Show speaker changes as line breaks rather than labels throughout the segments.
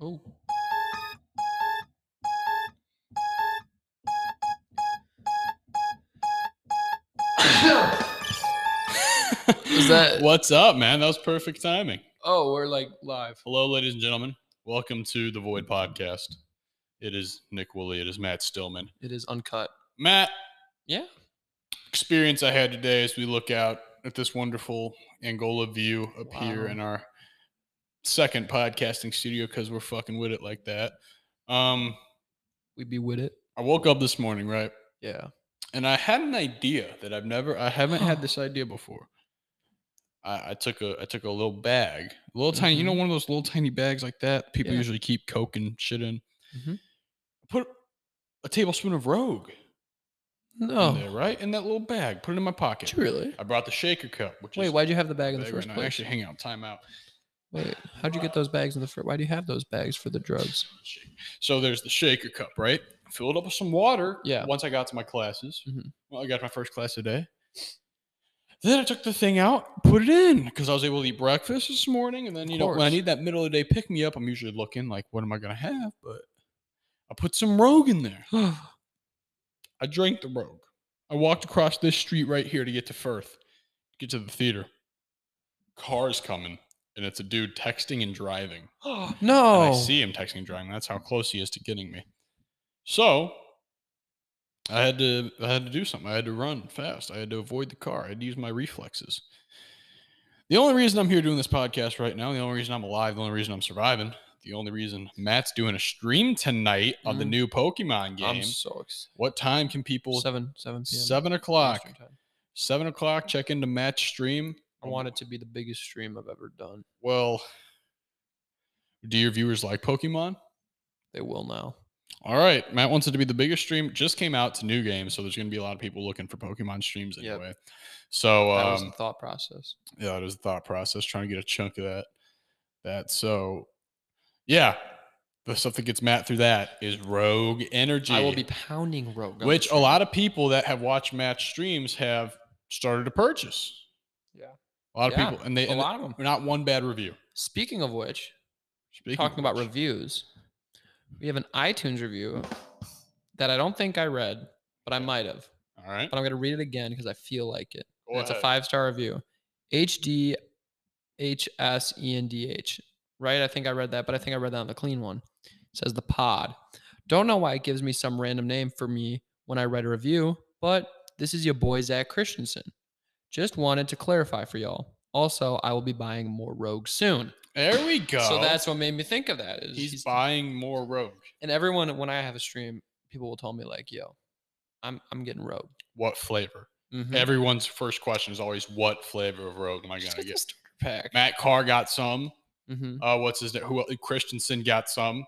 Oh. Is that
What's up, man? That was perfect timing.
Oh, we're like live.
Hello, ladies and gentlemen. Welcome to the Void Podcast. It is Nick Woolley. It is Matt Stillman.
It is uncut.
Matt,
Yeah.
experience I had today as we look out at this wonderful Angola view up here
Wow.
in our second podcasting studio because we're fucking with it like that. Um,
We be with it.
I woke up this morning, right?
Yeah.
and I had an idea that I've never, I haven't had this idea before. I, I took a, I took a little bag, a little tiny, you know,
Mhm.
one of those little tiny bags like that people
Yeah.
usually keep coke and shit in.
Mhm.
Put a tablespoon of Rogue in there,
No.
right, in that little bag. Put it in my pocket.
Did you really?
I brought the shaker cup, which
Wait,
is
why'd you have the bag in the
bag
first
right now.
place?
Actually, hang on, time out.
Wait, how'd you get those bags in the first? Why do you have those bags for the drugs?
Shake. So there's the shaker cup, right? Filled up with some water.
Yeah.
Once I got to my classes,
Mhm.
well, I got to my first class today. Then I took the thing out, put it in, because I was able to eat breakfast this morning. And then you know when I
course.
need that middle of the day pick me up, I'm usually looking like, what am I gonna have? But I put some Rogue in there. I drank the Rogue. I walked across this street right here to get to Firth, get to the theater. Car's coming, and it's a dude texting and driving.
no.
And I see him texting and driving. That's how close he is to getting me. So I had to I had to do something. I had to run fast. I had to avoid the car. I had to use my reflexes. The only reason I'm here doing this podcast right now, the only reason I'm alive, the only reason I'm surviving, the only reason Matt's doing a stream tonight on the
Mm.
new Pokemon game.
I'm so excited.
what time can people?
Seven, seven p.m.
Seven o'clock.
Eastern time.
Seven o'clock. Check into Matt's stream.
I want it to be the biggest stream I've ever done.
Well, do your viewers like Pokemon?
They will now.
All right, Matt wants it to be the biggest stream. Just came out to new games, so there's going to be a lot of people looking for Pokemon streams
Yep.
anyway. So
That was the
um,
thought process.
yeah, it was a thought process trying to get a chunk of that. That so yeah, the stuff that gets Matt through that is Rogue Energy,
I will be pounding Rogue. on the
which a
stream.
lot of people that have watched Matt's streams have started to purchase.
Yeah.
a lot of
Yeah,
people, and they
a
and
lot of them.
not one bad review.
Speaking of which,
Speaking
talking
of
about
which,
reviews, we have an iTunes review that I don't think I read, but I might have.
all right, uh,
But I'm going to read it again because I feel like it.
go
And It's a
ahead.
five star review. H D H S E N D H. Right? I think I read that, but I think I read that on the clean one. It says the pod. Don't know why it gives me some random name for me when I write a review, but this is your boy Zach Christensen. Just wanted to clarify for y'all. Also, I will be buying more Rogue soon.
There we go.
So that's what made me think of that. is
he's, buying more Rogue.
and everyone when I have a stream, people will tell me like, "Yo, I'm I'm getting rogue."
What flavor?
Mhm.
Everyone's first question is always, "What flavor of Rogue am I
Just
gonna
get
get?"
the starter pack.
Matt Carr got some.
Mhm.
Uh, what's his name? Who el- Christensen got some.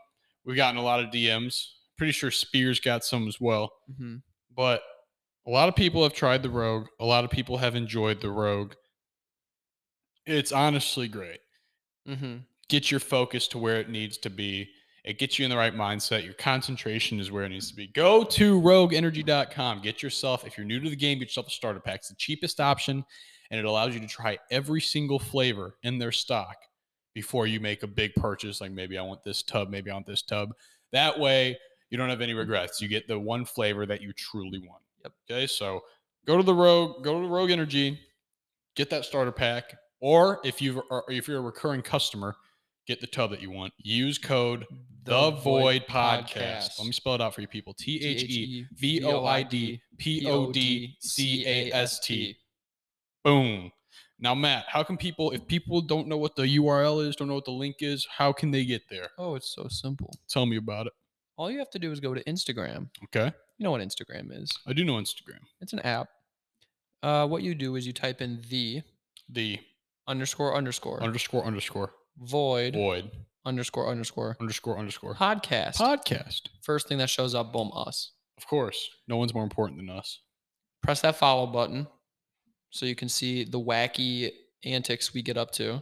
We've gotten a lot of DMs. Pretty sure Spears got some as well.
Mhm.
But a lot of people have tried the Rogue. A lot of people have enjoyed the Rogue. It's honestly great.
Mhm.
Get your focus to where it needs to be. It gets you in the right mindset. Your concentration is where it needs to be. Go to rogueenergy.com. Get yourself, if you're new to the game, get yourself a starter pack. It's the cheapest option, and it allows you to try every single flavor in their stock before you make a big purchase. Like maybe I want this tub, maybe I want this tub. That way, you don't have any regrets. You get the one flavor that you truly want.
Yep.
Okay. So go to the Rogue, go to the Rogue Energy, get that starter pack, or if you are if you're a recurring customer, get the tub that you want. Use code the Void Podcast. Let me spell it out for you people. T H E V O I D P O D C A S T. E Boom. Now, Matt, how can people, if people don't know what the URL is, don't know what the link is, how can they get there?
Oh, it's so simple.
Tell me about it.
All you have to do is go to Instagram.
Okay.
You know what Instagram is?
I do know Instagram.
It's an app. Uh, what you do is you type in the
The
underscore underscore
underscore underscore
void
void
underscore underscore
underscore underscore
podcast.
podcast.
First thing that shows up, boom, us.
Of course. No one's more important than us.
press that follow button so you can see the wacky antics we get up to.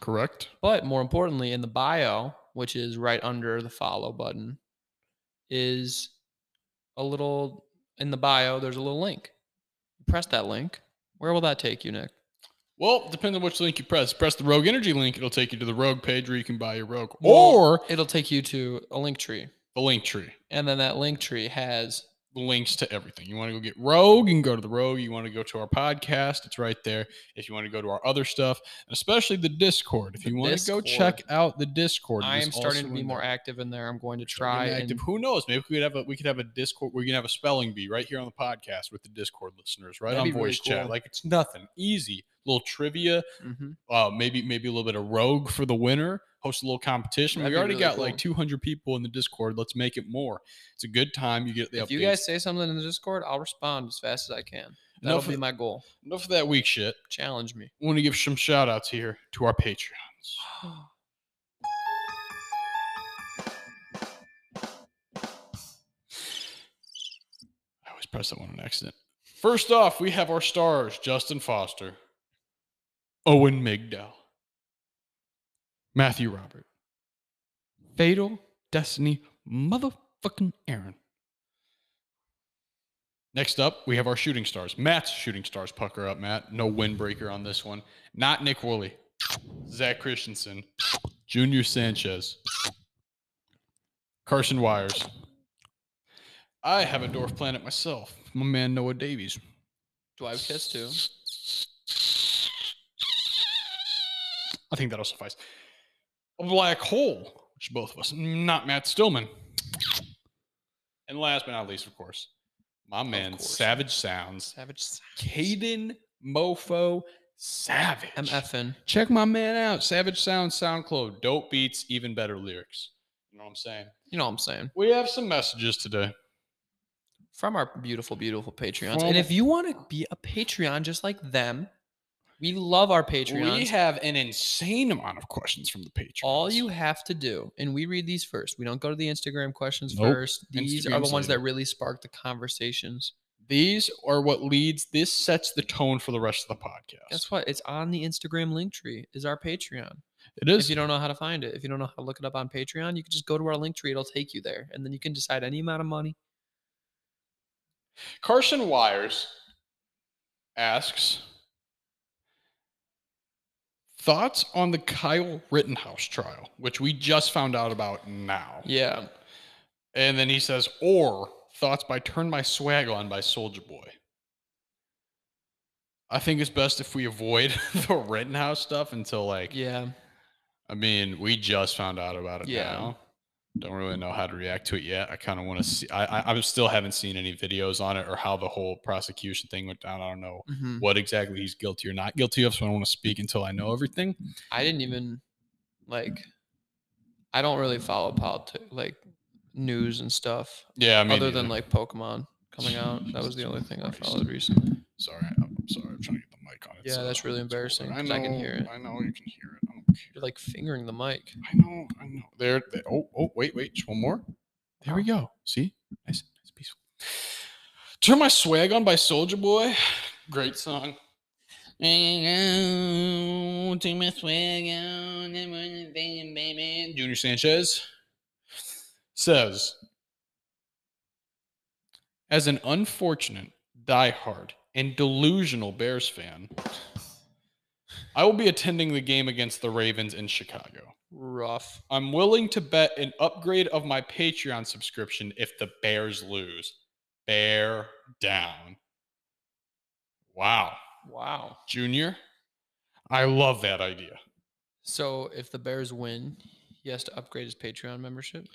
Correct?
But more importantly, in the bio, which is right under the follow button, is a little in the bio. There's a little link. Press that link. Where will that take you, Nick?
Well, depends on which link you press. Press the Rogue Energy link; it'll take you to the Rogue page where you can buy your Rogue, or
It'll take you to a link tree,
the link tree.
and then that link tree has
links to everything. You want to go get Rogue, you can go to the Rogue. You want to go to our podcast, it's right there. If you want to go to our other stuff, and especially the Discord. If
The
you want to go
Discord.
check out the Discord,
I
it is
am starting
also
to be
in
more
there.
active in there. I'm going to
Starting
try
to be
and
active. Who knows? Maybe we could have a we could have a Discord. We can have a spelling bee right here on the podcast with the Discord listeners, right
That'd
on
be really
voice chat.
cool.
Like it's nothing easy. Little trivia,
Mhm.
uh, maybe maybe a little bit of rogue for the winner. Host a little competition.
That'd
we
be
already
really
got
cool.
like 200 people in the Discord. Let's make it more. It's a good time. You get the
if you
updates.
guys say something in the Discord, I'll respond as fast as I can. That'll
Enough
be
of-
my goal.
Enough of that weak shit.
Challenge me.
want to give some shout outs here to our Patreons. I always press that one on accident. First off, we have our stars Justin Foster, Owen Migdal, Matthew Robert, Fatal Destiny, motherfucking Aaron. Next up, we have our shooting stars. Matt's shooting stars. Pucker up, Matt. No windbreaker on this one. Not Nick Woolley. Zach Christensen. Junior Sanchez. Carson Wires. I have a dwarf planet myself. My man Noah Davies.
Do I have kiss too?
I think that'll suffice. A black hole, which is both of us, not Matt Stillman. And last but not least, of course, my man
course.
Savage Sounds,
Savage.
Caden Mofo Savage.
I'm effing.
Check my man out, Savage Sounds SoundCloud. Dope beats, even better lyrics. You know what I'm saying?
You know what I'm saying?
We have some messages today.
From our beautiful, beautiful Patreons.
From-
and if you want to be a Patreon just like them, we love our Patreons.
We have an insane amount of questions from the Patreons.
all you have to do, and we read these first. We don't go to the Instagram questions
Nope.
first. These are the
Instagram's
ones
later.
that really spark the conversations.
These are what leads. This sets the tone for the rest of the podcast.
Guess what? It's on the Instagram link tree, is our Patreon.
It
If
is.
you don't know how to find it, if you don't know how to look it up on Patreon, you can just go to our link tree. It'll take you there. And then you can decide any amount of money.
Carson Wires asks thoughts on the Kyle Rittenhouse trial, which we just found out about now.
Yeah.
And then he says, or thoughts by Turn My Swag On by Soldier Boy. I think it's best if we avoid the Rittenhouse stuff until like
Yeah.
I mean, we just found out about it
Yeah.
now. Don't really know how to react to it yet. I kind of want to see. I, I I still haven't seen any videos on it or how the whole prosecution thing went down. I don't know
hmm
what exactly he's guilty or not guilty of, so I don't want to speak until I know everything.
I didn't even like. I don't really follow politics, like news and stuff,
Yeah, I mean,
other than
yeah.
like Pokemon coming out. That was the
Jesus
only thing I
Christ.
followed recently.
sorry, I'm I'm sorry, I'm trying to get the mic on.
Yeah, that's really
it's holding.
embarrassing 'cause I can hear it.
I know you can hear it. I don't care.
You're like fingering the mic.
I know, I know. There, there- oh, oh, wait, wait, just one more. There we go. See, nice, nice, peaceful. Turn my swag on by Soldier Boy. Great song. Turn my swag on, I'm on a bangin' baby. Junior Sanchez says, as an unfortunate, diehard, and delusional Bears fan, I will be attending the game against the Ravens in Chicago.
Rough.
I'm willing to bet an upgrade of my Patreon subscription if the Bears lose. Bear down. Wow.
Wow.
Junior, I love that idea.
So if the Bears win, he has to upgrade his Patreon membership.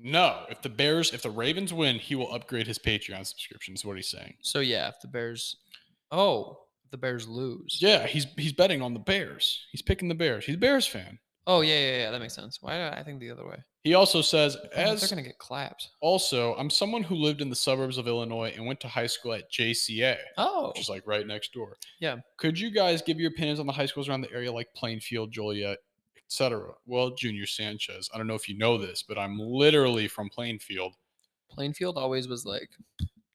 No, if the Bears, if the Ravens win, he will upgrade his Patreon subscription, is what he's saying.
So yeah, if the Bears, oh, if the Bears lose.
Yeah, he's he's betting on the Bears. He's picking the Bears. He's a Bears fan.
Oh yeah, yeah, yeah. That makes sense. Why did I think the other way?
He also says,
Oh,
as
they're gonna get clapped.
also, I'm someone who lived in the suburbs of Illinois and went to high school at JCA.
Oh,
which is like right next door.
Yeah.
Could you guys give your opinions on the high schools around the area, like Plainfield, Joliet, etc.? Well, Junior Sanchez, I don't know if you know this, but I'm literally from Plainfield.
Plainfield always was like,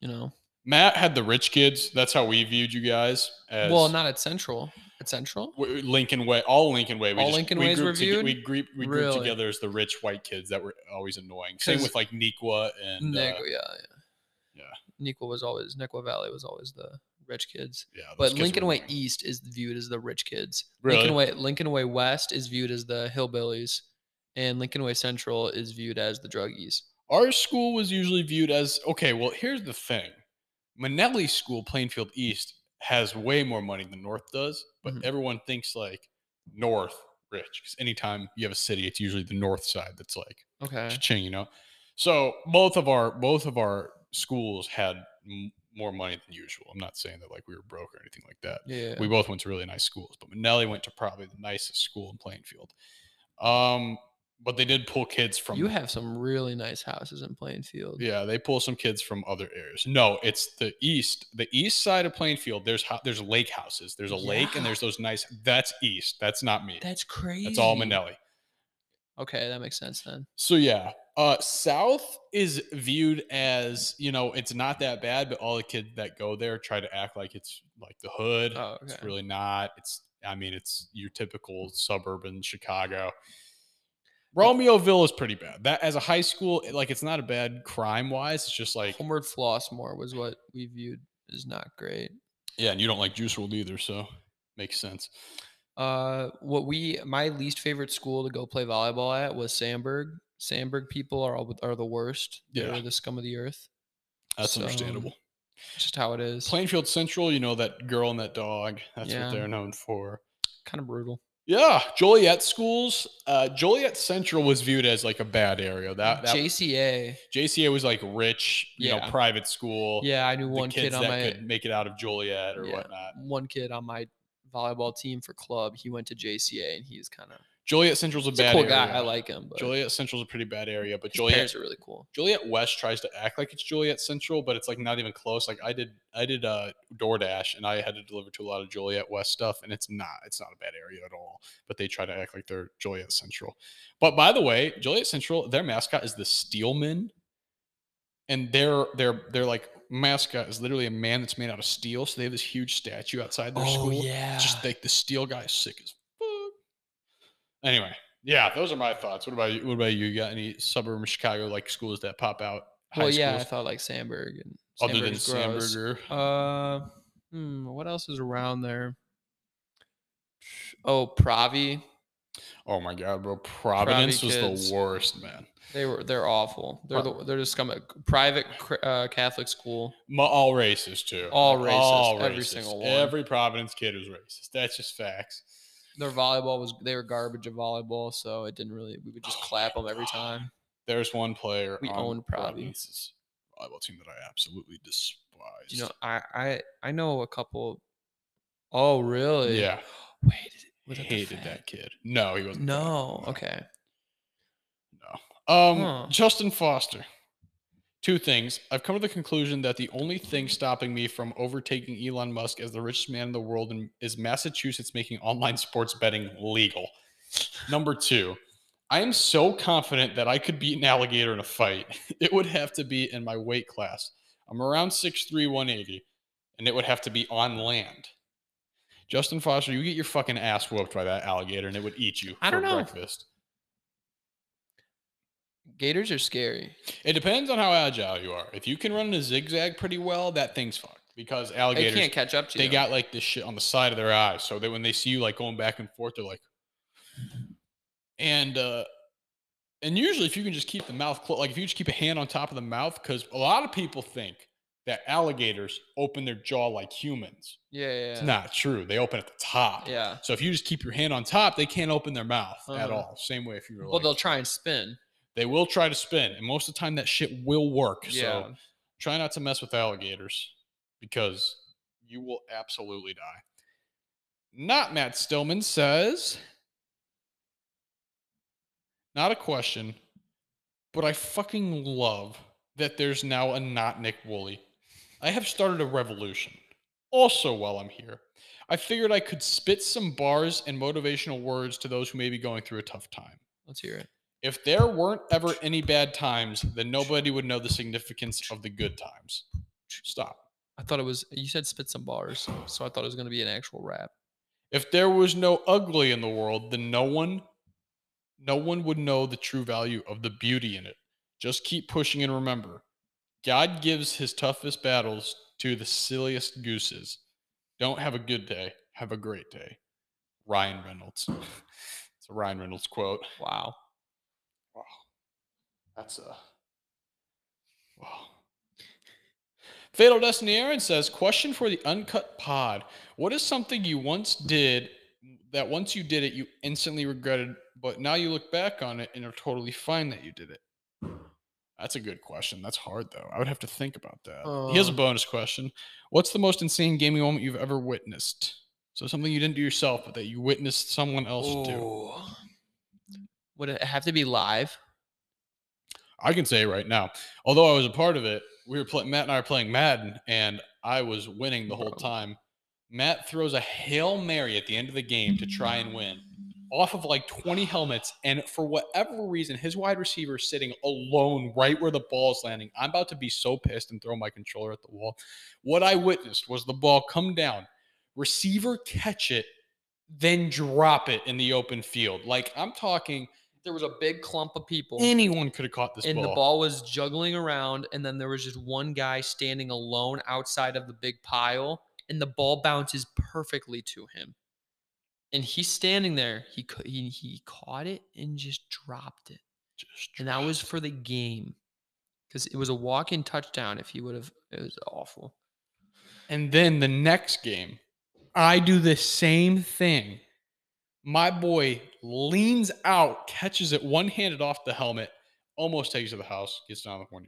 you know,
Matt had the rich kids. That's how we viewed you guys. As,
well, not at Central. at Central?
W- Lincoln Way, all Lincoln Way. We
All Lincoln
we
Ways
grouped toge-
reviewed?
we grouped, we grouped
Really?
together as the rich white kids that were always annoying. Same
'Cause-
with like Nequa and uh,
Nick, yeah, yeah.
yeah.
Nequa was always Nequa Valley was always the rich kids.
yeah. those
But
kids were
Lincoln Way
annoying.
East is viewed as the rich kids.
Really?
Lincoln Way Lincoln Way West is viewed as the hillbillies, and Lincoln Way Central is viewed as the druggies.
our school was usually viewed as okay. Well, here's the thing: Manelli School, Plainfield East, has way more money than North does, but
Mhm.
everyone thinks like North rich because anytime you have a city, it's usually the North side that's like
Okay.
cha-ching, you know. So both of our both of our schools had m- more money than usual. I'm not saying that like we were broke or anything like that.
Yeah.
We both went to really nice schools, but Manelli went to probably the nicest school in Plainfield. Um, but they did pull kids from
you have some really nice houses in Plainfield.
yeah, they pull some kids from other areas. No, it's the east, the east side of Plainfield. There's ho- there's lake houses. There's a lake, and
Yeah.
there's those nice. That's east. That's not me.
That's crazy.
That's all Manelli.
Okay, that makes sense then.
So yeah, uh, South is viewed as you know it's not that bad, but all the kids that go there try to act like it's like the hood.
Oh, okay.
It's really not. It's I mean it's your typical suburban Chicago. Romeoville is pretty bad. That as a high school, it- like it's not a bad crime wise. It's just like
Homeward Flossmore was what we viewed as not great.
yeah, and you don't like Juice World either, so makes sense.
Uh, what we my least favorite school to go play volleyball at was Sandburg. Sandburg people are all, are the worst.
Yeah.
They're the scum of the earth.
That's
So,
understandable.
Just how it is.
Plainfield Central, you know that girl and that dog. That's
Yeah.
what they're known for.
kind of brutal.
Yeah, Joliet schools. Uh, Joliet Central was viewed as like a bad area. That, that
JCA.
JCA was like rich, you know,
Yeah.
private school.
Yeah, I knew
the
one
kids
kid on
that
my
could make it out of Joliet or
Yeah.
whatnot.
one kid on my volleyball team for club. He went to JCA and he's kind of
Joliet Central's a
he's
bad
a cool
area.
guy. I like him, but
Joliet Central's a pretty bad area, but
his
Joliet
parents are really cool.
Joliet West tries to act like it's Joliet Central, but it's like not even close. Like I did, I did uh, DoorDash, and I had to deliver to a lot of Joliet West stuff, and it's not, it's not a bad area at all. But they try to act like they're Joliet Central. But by the way, Joliet Central, their mascot is the Steelman, and their their their like mascot is literally a man that's made out of steel. So they have this huge statue outside
Oh,
their school.
yeah.
Just like the steel guy is sick as fuck. Anyway, yeah, those are my thoughts. What about you? What about you? You got any suburban Chicago like schools that pop out?
well, yeah, I
schools
thought like Sandburg and
other than
Sandburg's gross.
Sandburger.
Uh, hmm, what else is around there? Oh, Pravi.
oh my god, bro! Providence was
kids.
the worst, man.
They were they're awful. They're
Pro-
the, they're just coming private cr- uh, Catholic school.
Ma- all racist too.
All racist, every single one.
Every Providence kid was racist. That's just facts.
Their volleyball was they were garbage at volleyball, so it didn't really. We would just
Oh
clap
my
them every
God.
time.
There's one player
We
on
owned Provi.
Providence's volleyball team that I absolutely despise.
You know, I I I know a couple. Oh really?
yeah,
Wait, is it- was it the
hated
Fed?
that kid. No, he wasn't. the Fed.
No. Okay.
No. Um,
Huh.
Justin Foster. Two things. I've come to the conclusion that the only thing stopping me from overtaking Elon Musk as the richest man in the world in- is Massachusetts making online sports betting legal. Number two, I am so confident that I could beat an alligator in a fight. It would have to be in my weight class. I'm around 6'3, 180, and it would have to be on land. Justin Foster, you get your fucking ass whooped by that alligator and it would eat you
I
for
don't know.
breakfast.
Gators are scary.
It depends on how agile you are. If you can run in a zigzag pretty well, that thing's fucked because
They
alligators
can't catch up to
Oh, they
you.
got like this shit on the side of their eyes, so that when they see you like going back and forth, they're like, and uh, and usually if you can just keep the mouth closed, like if you just keep a hand on top of the mouth, because a lot of people think that alligators open their jaw like humans.
Yeah, yeah.
It's
yeah.
not true. They open at the top.
Yeah.
So if you just keep your hand on top, they can't open their mouth at
Uh-huh.
all. Same way if you were
Well,
like,
they'll try and spin.
they will try to spin, and most of the time that shit will work.
Yeah.
So try not to mess with alligators because you will absolutely die. Not Matt Stillman says, not a question, but I fucking love that there's now a not Nick Woolley. I have started a revolution. Also, while I'm here, I figured I could spit some bars and motivational words to those who may be going through a tough time.
Let's hear it.
If there weren't ever any bad times, then nobody would know the significance of the good times. Stop.
I thought it was you said spit some bars, so I thought it was gonna be an actual rap.
If there was no ugly in the world, then no one no one would know the true value of the beauty in it. Just keep pushing and remember, God gives his toughest battles to the silliest gooses. Don't have a good day, have a great day. Ryan Reynolds. it's a Ryan Reynolds quote.
Wow.
Wow. That's a wow. Fatal Destiny Aaron says, question for the uncut pod. What is something you once did that once you did it you instantly regretted, but now you look back on it and are totally fine that you did it? That's a good question. That's hard though. I would have to think about that. he has a
Uh.
bonus question. What's the most insane gaming moment you've ever witnessed? So something you didn't do yourself, but that you witnessed someone else do.
Ooh. Would it have to be live?
I can say right now, although I was a part of it, we were playing. Matt and I are playing Madden, and I was winning the whole
Bro.
time. Matt throws a hail mary at the end of the game to try and win, off of like twenty helmets, and for whatever reason, his wide receiver is sitting alone right where the ball is landing. I'm about to be so pissed and throw my controller at the wall. What I witnessed was the ball come down, receiver catch it, then drop it in the open field. Like I'm talking,
There was a big clump of people.
anyone could have caught this
and
ball.
the ball was juggling around and then there was just one guy standing alone outside of the big pile and the ball bounces perfectly to him and he's standing there he cou- he, he caught it and just dropped it
Just
and that was for the game because it was a walk-in touchdown if he would have it was awful
And then the next game, I do the same thing. My boy leans out, catches it one handed off the helmet, almost takes it to the house, gets down the one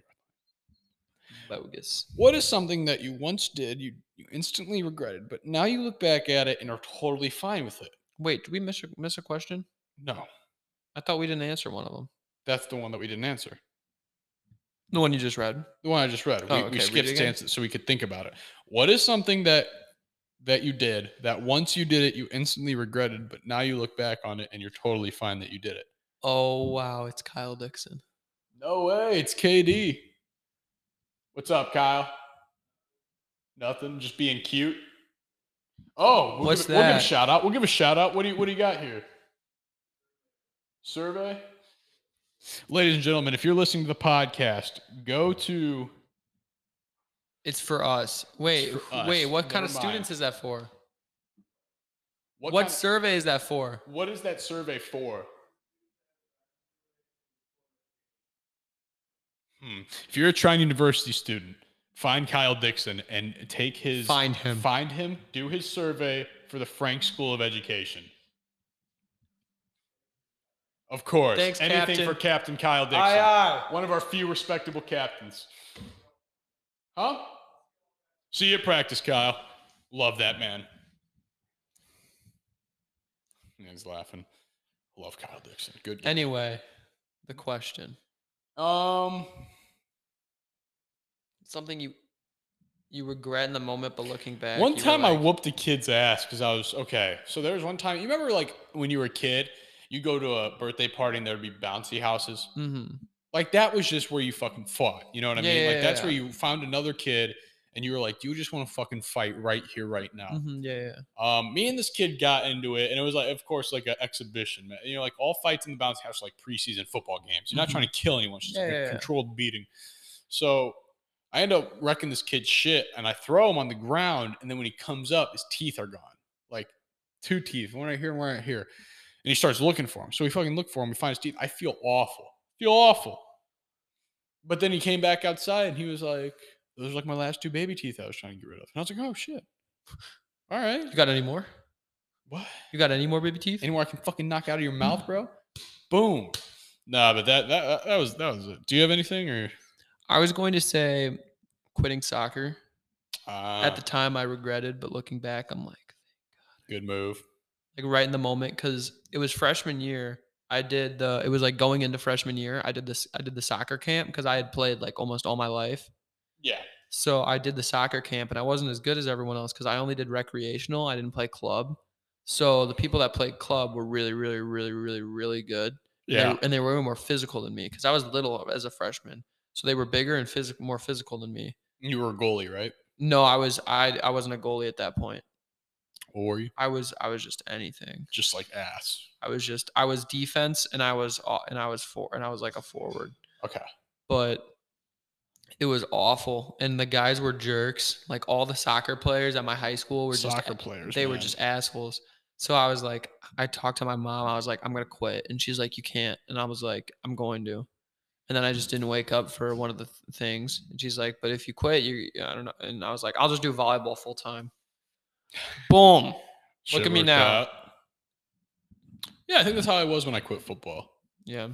yard.
bogus
What is something that you once did, you, you instantly regretted, but now you look back at it and are totally fine with it?
wait did we miss a, miss a question
No,
i thought we didn't answer one of them
that's the one that we didn't answer.
the one you just read
The one I just read.
Oh,
we,
okay,
we
read it
skipped to
again.
answer so we could think about it. What is something that that you did that once you did it, you instantly regretted, but now you look back on it and you're totally fine that you did it?
oh wow it's kyle dixon
No way, it's KD. What's up, Kyle? Nothing, just being cute. Oh, we'll
What's
give, it- We'll give
that?
a shout out. We'll give a shout out. What do you What do you got here? Survey. Ladies and gentlemen, if you're listening to the podcast, go to
it's for us wait
for
wh- wait
us.
what kind
Never
of students
mind.
is that for
what?
What,
kind of-
survey is that for?
what is that survey for? Hmm. If you're a Trine University student, find Kyle Dixon and take his
Find him.
Find him, do his survey for the Frank School of Education. Of course.
Thanks,
Anything
Captain. uh,
for Captain Kyle Dixon.
aye.
One of our few respectable captains. Huh? See you at practice, Kyle. Love that man. He's laughing. Love Kyle Dixon. Good guy.
Anyway, the question.
Um,
Something you you regret in the moment, but looking back.
one
you were
time I
like,
whooped a kid's ass because I was okay. So there was one time you remember like when you were a kid, you go to a birthday party and there'd be bouncy houses.
Mhm.
like that was just where you fucking fought. You know what I
Yeah,
mean?
yeah,
like
yeah,
that's
yeah.
where you found another kid and you were like, you just want to fucking fight right here, right now.
Mhm, Yeah, yeah.
Um, me and this kid got into it, and it was like, of course, like an exhibition. man. You know, like all fights in the bouncy house are like preseason football games. You're not
Mhm.
trying to kill anyone; it's just like
Yeah, yeah,
a
yeah.
controlled beating. So I end up wrecking this kid's shit, and I throw him on the ground. And then when he comes up, his teeth are gone, like two teeth, one right here and one right here. And he starts looking for him. So we fucking look for him. We find his teeth. I feel awful. Feel awful. But then he came back outside, and he was like, "Those are like my last two baby teeth I was trying to get rid of." And I was like, "Oh shit." All right.
You got any more?
What?
You got any more baby teeth?
Anywhere I can fucking knock out of your mouth, bro? Boom. Nah, but that that that was that was it. Do you have anything or
I was going to say quitting soccer.
uh,
At the time, I regretted, but looking back, I'm like,
good move?
like right in the moment because it was freshman year. I did the it was like going into freshman year. I did this I did the soccer camp because I had played like almost all my life.
Yeah.
So I did the soccer camp and I wasn't as good as everyone else because I only did recreational. I didn't play club. So the people that played club were really, really, really, really, really good. And they-
Yeah.
And they, were way more physical than me because I was little as a freshman. So they were bigger and physic- more physical than me.
You were a goalie, right?
No, I was I I wasn't a goalie at that point.
What were you?
I was I was just anything.
Just like ass.
I was just I was defense and I was au- and I was for and I was like a forward.
Okay.
But it was awful and the guys were jerks. Like all the soccer players at my high school were just
Soccer players.
they were
man.
just assholes. So I was like, I talked to my mom. I was like, I'm gonna quit, and she's like, you can't. And I was like, I'm going to. And then I just didn't wake up for one of the th- things. And she's like, but if you quit, you I don't know. And I was like, I'll just do volleyball full time. Boom.
Should've
look at me
worked
now.
out. Yeah, I think that's how I was when I quit football.
Yeah.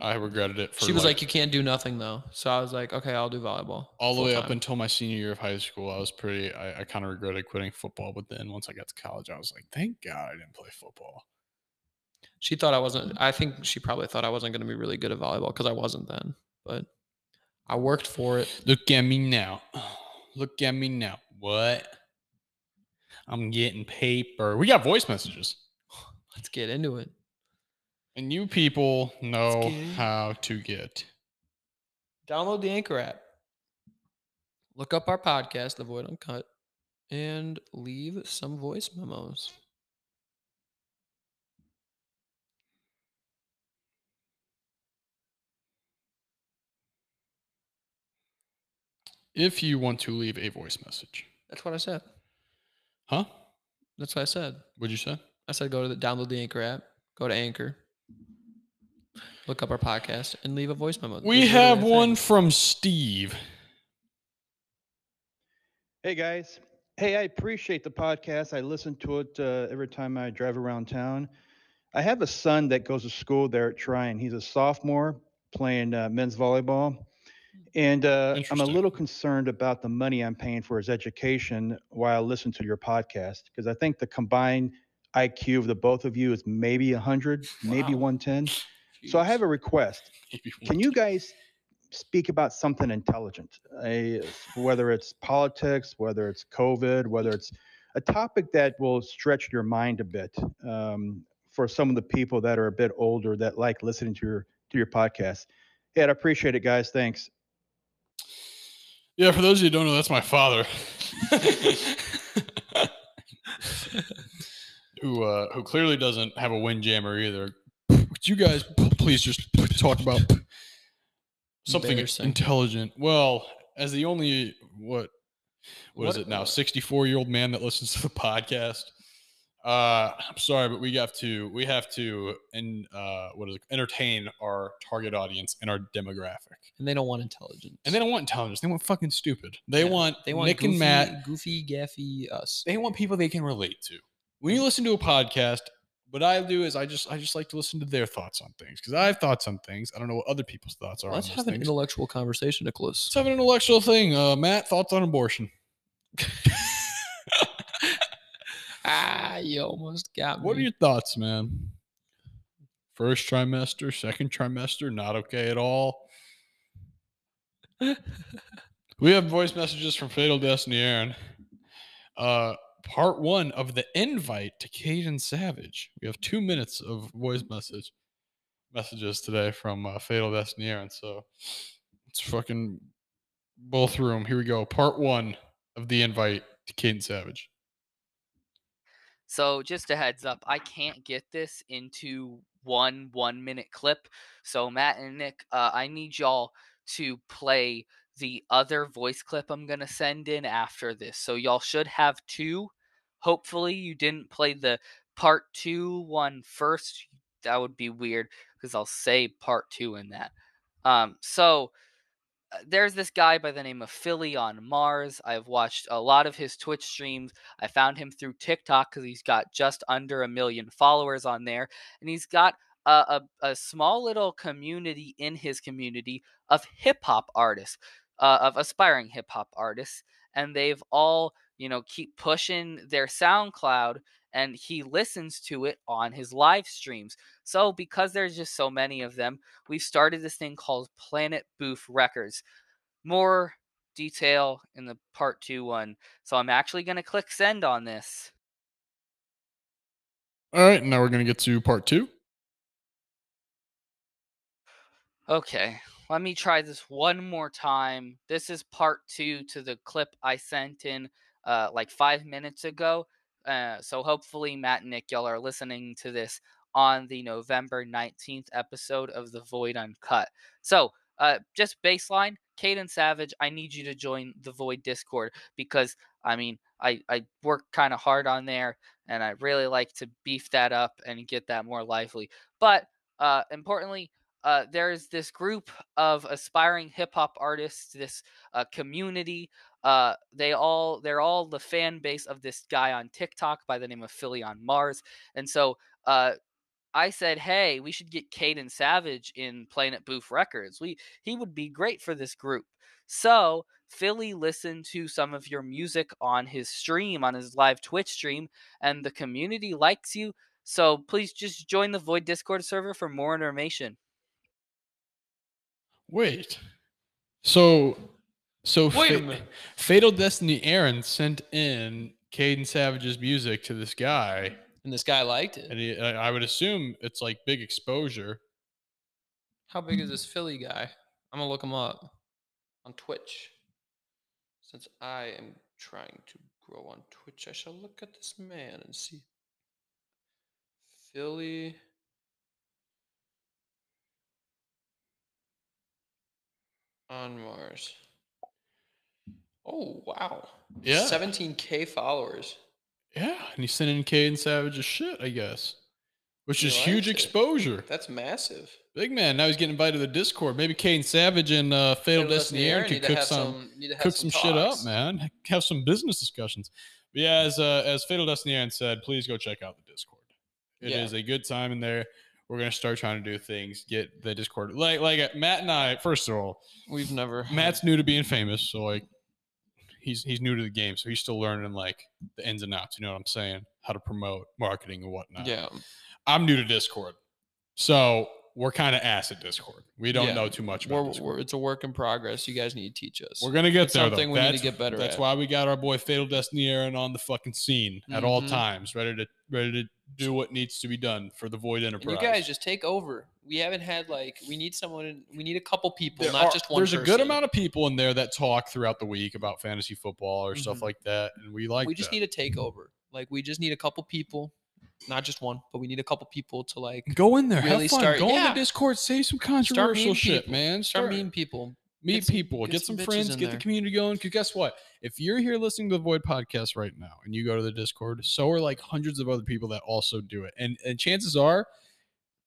I regretted it for
She was like, you can't do nothing though. So I was like, okay, I'll do volleyball.
all the
full
way up
time."
until my senior year of high school, I was pretty. I, I kind of regretted quitting football, but then once I got to college, I was like, "Thank God I didn't play football."
she thought I wasn't. I think she probably thought I wasn't going to be really good at volleyball because I wasn't then. But I worked for it.
Look at me now. Look at me now. What? I'm getting paper. We got voice messages,
Let's get into it.
and you people know
get it.
how to get.
download the Anchor app, look up our podcast, The Void Uncut, and leave some voice memos.
If you want to leave a voice message,
That's what I said.
huh?
That's what I said.
What'd you say?
I said go to the download the Anchor app, go to Anchor, look up our podcast, and leave a voice memo.
We
It's literally
have
a
one
thing.
from Steve.
Hey guys. Hey, I appreciate the podcast. I listen to it uh, every time I drive around town. I have a son that goes to school there at Tryon. He's a sophomore playing uh, men's volleyball. And uh, I'm a
Interesting.
little concerned about the money I'm paying for his education while I listen to your podcast because I think the combined IQ of the both of you is maybe 100, maybe
Wow.
110. So I
Jeez.
have a request.
Maybe
Can you guys speak about something intelligent? A, whether it's politics, whether it's COVID, whether it's a topic that will stretch your mind a bit um, for some of the people that are a bit older that like listening to your to your podcast. Yeah, I appreciate it, guys. Thanks.
Yeah, for those of you who don't know, that's my father. who uh, who clearly doesn't have a windjammer either. Would you guys p- please just talk about something
Embarrassing.
intelligent? Well, as the only what what
What-
is it now? Sixty four year old man that listens to the podcast. Uh, I'm sorry, but we have to we have to and uh, what is it? Entertain our target audience and our demographic.
and they don't want intelligence.
And they don't want intelligence. They want fucking stupid. They
Yeah.
want
They want
Nick
goofy,
and Matt.
goofy, gaffy uh, us.
They want people they can relate to. When
Mm.
you listen to a podcast, what I do is I just I just like to listen to their thoughts on things because I have thoughts on things. I don't know what other people's thoughts are.
Let's have
on those
an
things.
intellectual conversation, Nicholas.
Let's have an intellectual thing. Uh, Matt, thoughts on abortion?
ah, you almost got me.
What are your thoughts, man? First trimester, second trimester, not okay at all. we have voice messages from Fatal Destiny Aaron. Uh, part one of the invite to Caden Savage. We have two minutes of voice message messages today from uh, Fatal Destiny Aaron. So let's fucking bowl through 'em. Here we go. Part one of the invite to Caden Savage.
So just a heads up, I can't get this into one one minute clip. So Matt and Nick, uh, I need y'all to play the other voice clip I'm gonna send in after this. So y'all should have two. Hopefully you didn't play the part two one first. That would be weird because I'll say part two in that. Um, so uh, there's this guy by the name of Philly on Mars. I've watched a lot of his Twitch streams. I found him through TikTok because he's got just under a million followers on there. And he's got a, a, a small little community in his community of hip hop artists, uh, of aspiring hip hop artists. And they've all, you know, keep pushing their SoundCloud and he listens to it on his live streams. So because there's just so many of them, we've started this thing called Planet Booth Records. More detail in the part two one. So I'm actually going to click send on this.
All right, now we're gonna get to part two.
Okay, let me try this one more time. This is part two to the clip I sent in uh, like five minutes ago. Uh, so hopefully, Matt and Nick, y'all are listening to this on the November 19th episode of The Void Uncut. So, uh, just baseline, Caden Savage, I need you to join the Void Discord because, I mean, I, I work kind of hard on there and I really like to beef that up and get that more lively. But uh, importantly, uh, there is this group of aspiring hip hop artists, this uh, community. Uh, they all they're all the fan base of this guy on TikTok by the name of Philly on Mars. And so uh, I said, hey, we should get Caden Savage in Planet Booth Records. We he would be great for this group. So Philly listened to some of your music on his stream, on his live Twitch stream, and the community likes you. So please just join the Void Discord server for more information.
Wait. So, so
Wait a
Fa-
minute.
Fatal Destiny Aaron sent in Caden Savage's music to this guy,
And this guy liked
and
it.
he, I I would assume it's like big exposure.
How big is this Philly guy? I'm gonna look him up on Twitch. Since I am trying to grow on Twitch, I shall look at this man and see. Philly. On Mars. Oh wow.
Yeah.
17k followers.
Yeah, and he's sending Caden Savage's shit, I guess, which
He
is
likes
huge
it.
exposure.
That's massive.
Big man, now he's getting invited to the Discord. Maybe Caden Savage and uh, Fatal Destiny Aaron
need
could
to
cook
have
some
need to have
cook some, shit
talks.
up, man. Have some business discussions. But yeah, as uh, as Fatal Destiny Aaron said, please go check out the Discord. It is
Yeah.
a good time in there. We're gonna start trying to do things. Get the Discord like like uh, Matt and I. First of all,
We've never had-
Matt's new to being famous, so like he's he's new to the game, so he's still learning like the ins and outs. You know what I'm saying? How to promote marketing and whatnot.
Yeah.
I'm new to Discord, so we're kind of ass at Discord. We don't
Yeah.
know too much about
We're,
Discord.
we're, it's a work in progress. You guys need to teach us.
We're gonna get
It's
there.
something
though.
we need to
that's,
get better
That's
at.
why we got our boy Fatal Destiny Aaron on the fucking scene at all
Mhm.
times, ready to ready to do what needs to be done for the Void
And
Enterprise.
you guys just take over. We haven't had like we need someone. in- We need a couple people,
There
not
are-
just one.
There's a good
person.
amount of people in there that talk throughout the week about fantasy football or stuff
Mhm.
like that, and we like.
we just
that.
need a takeover. Like we just need a couple people, not just one, but we need a couple people to like
go in there,
really
have fun.
start-
go on
yeah.
the Discord, say some
start
controversial
meeting
shit,
people.
man.
start meeting people.
meet
Get some-
people,
get
get,
some
some,
bitches
friends,
in
get
there.
the community going. Because guess what? If you're here listening to the Void podcast right now and you go to the Discord, so are like hundreds of other people that also do it. And and chances are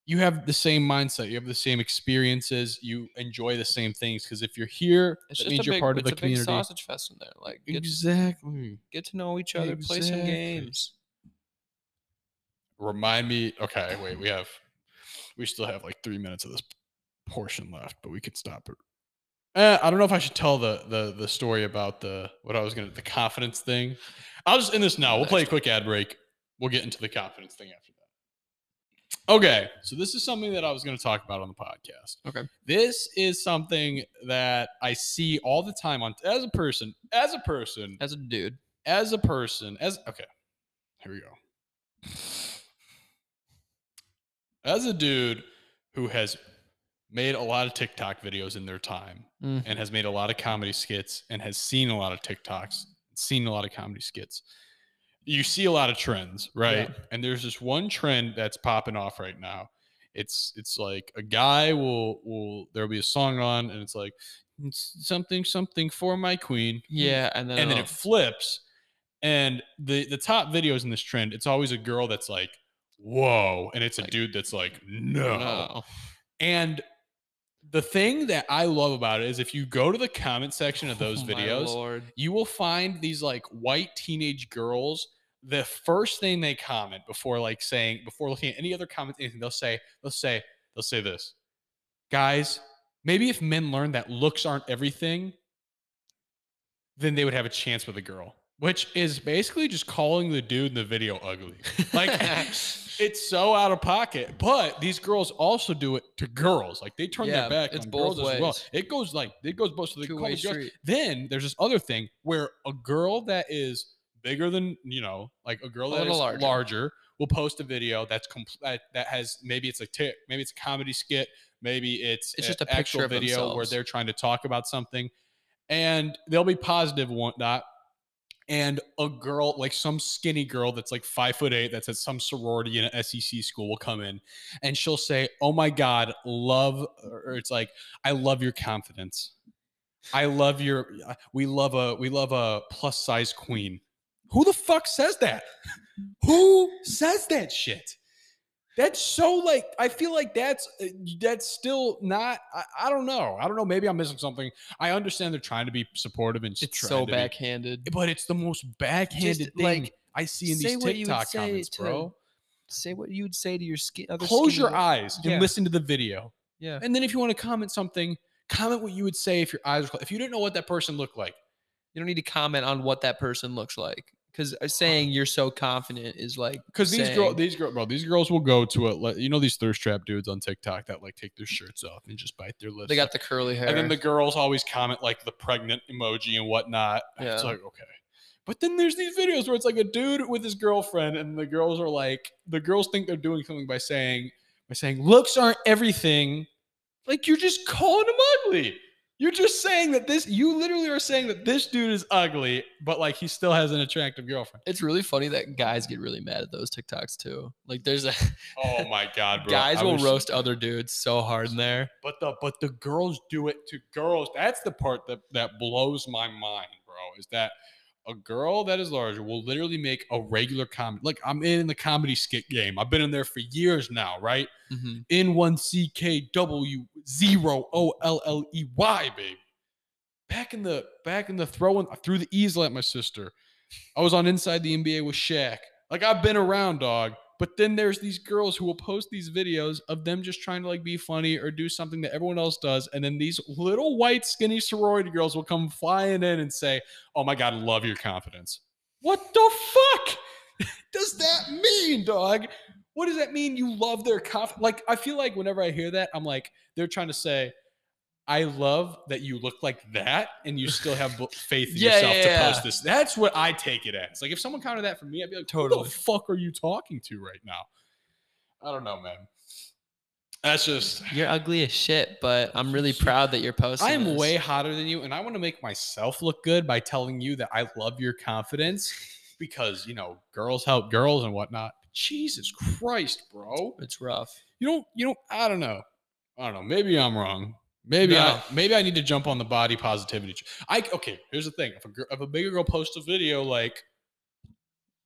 you have the same mindset, you have the same experiences, you enjoy the same things. Because if you're here,
It's
that
just
means
a
you're
big,
part of
it's
the
a big
community.
sausage fest in there. Like get,
Exactly.
get to know each other, play some
Exactly.
games.
Remind me. Okay, wait. We have we still have like three minutes of this portion left, but we could stop it. Eh, I don't know if I should tell the the the story about the what I was gonna the confidence thing. I'll just end this now. We'll play a quick ad break. We'll get into the confidence thing after that. Okay, so this is something that I was gonna talk about on the podcast.
Okay.
this is something that I see all the time on as a person, as a person,
As a dude,
as a person, as okay, here we go. As a dude who has made a lot of TikTok videos in their time
Mm.
and has made a lot of comedy skits and has seen a lot of TikToks, seen a lot of comedy skits, you see a lot of trends, right? And there's this one trend that's popping off right now. It's it's like a guy will will there'll be a song on and it's like "It's something something for my queen
yeah, and then
and then
it'll-
it flips and the the top videos in this trend it's always a girl that's like whoa and it's a
Like,
dude that's like no.
no.
and the thing that i love about it is if you go to the comment section of those
Oh, my
videos
Lord.
you will find these like white teenage girls the first thing they comment before like saying before looking at any other comments anything they'll say they'll say they'll say this guys maybe if men learn that looks aren't everything then they would have a chance with a girl which is basically just calling the dude in the video ugly like it's so out of pocket but these girls also do it to girls like they turn
Yeah,
their back
it's
on
both
girls as well
ways.
it goes like it goes both so they call
two-way
the girls
street.
then there's this other thing where a girl that is bigger than you know, like a girl
A
that
little
is
larger.
larger. will post a video that's complete that, that has maybe it's a tick, maybe it's a comedy skit, maybe it's
It's
a
just a
actual
picture of
video where
themselves.
they're trying to talk about something, and they'll be positive and whatnot, and a girl, like some skinny girl that's like five foot eight, that's at some sorority in an SEC school, will come in and she'll say, "Oh my God, love," or it's like, "I love your confidence. I love your. uh, We love a we love a plus size queen." Who the fuck says that? Who says that shit? That's so like I feel like that's uh, that's still not I, I don't know I don't know maybe I'm missing something I understand they're trying to be supportive and
It's
trying
so
to be-
backhanded.
but it's the most backhanded
Just,
thing
like,
I see in
say
these
what you would
TikTok
say
comments,
to
bro.
Say what you'd say to your skin. Other
Close your
skinny-
eyes and
Yeah.
listen to the video.
Yeah.
And then if you want to comment something, comment what you would say if your eyes were closed. If you didn't know what that person looked like,
You don't need to comment on what that person looks like because saying you're so confident is like
because these girls,
saying-
these girls, bro, these girls will go to it. Like, you know these thirst trap dudes on TikTok that like take their shirts off and just bite their lips.
they got the curly hair.
and then the girls always comment like the pregnant emoji and whatnot.
Yeah.
It's like okay. But then there's these videos where it's like a dude with his girlfriend, and the girls are like, the girls think they're doing something by saying, by saying, looks aren't everything. Like you're just calling him ugly. You're just saying that this, you literally are saying that this dude is ugly, but like he still has an attractive girlfriend.
it's really funny that guys get really mad at those TikToks too. Like there's a
Oh my god, bro!
guys
I
will
was-
roast other dudes so hard in there.
but the but the girls do it to girls. That's the part that that blows my mind, bro. Is that a girl that is larger will literally make a regular comment. Like I'm in the comedy skit game. I've been in there for years now, right?
Mhm.
N one C K W zero O L L E Y, baby. Back in the back in the throwing, I threw the easel at my sister. I was on Inside the NBA with Shaq. Like I've been around, dog. But then there's these girls who will post these videos of them just trying to like be funny or do something that everyone else does, and then these little white skinny sorority girls will come flying in and say, "Oh my god, love your confidence." What the fuck does that mean, dog? What does that mean? You love their confidence? Like I feel like whenever I hear that, I'm like, they're trying to say. I love that you look like that and you still have b- faith in
Yeah,
yourself
yeah,
to
yeah.
post this. That's what I take it as. Like if someone counted that for me, I'd be like, Who
Totally.
the fuck are you talking to right now? I don't know, man. That's just
You're ugly as shit, but I'm really proud that you're posting.
I am
this.
way hotter than you, and I want to make myself look good by telling you that I love your confidence because you know girls help girls and whatnot. Jesus Christ, bro!
It's rough.
You don't, you don't. I don't know. I don't know. Maybe I'm wrong. Maybe I,
No.
maybe I need to jump on the body positivity. tr- I okay. Here's the thing: if a girl, if a bigger girl posts a video like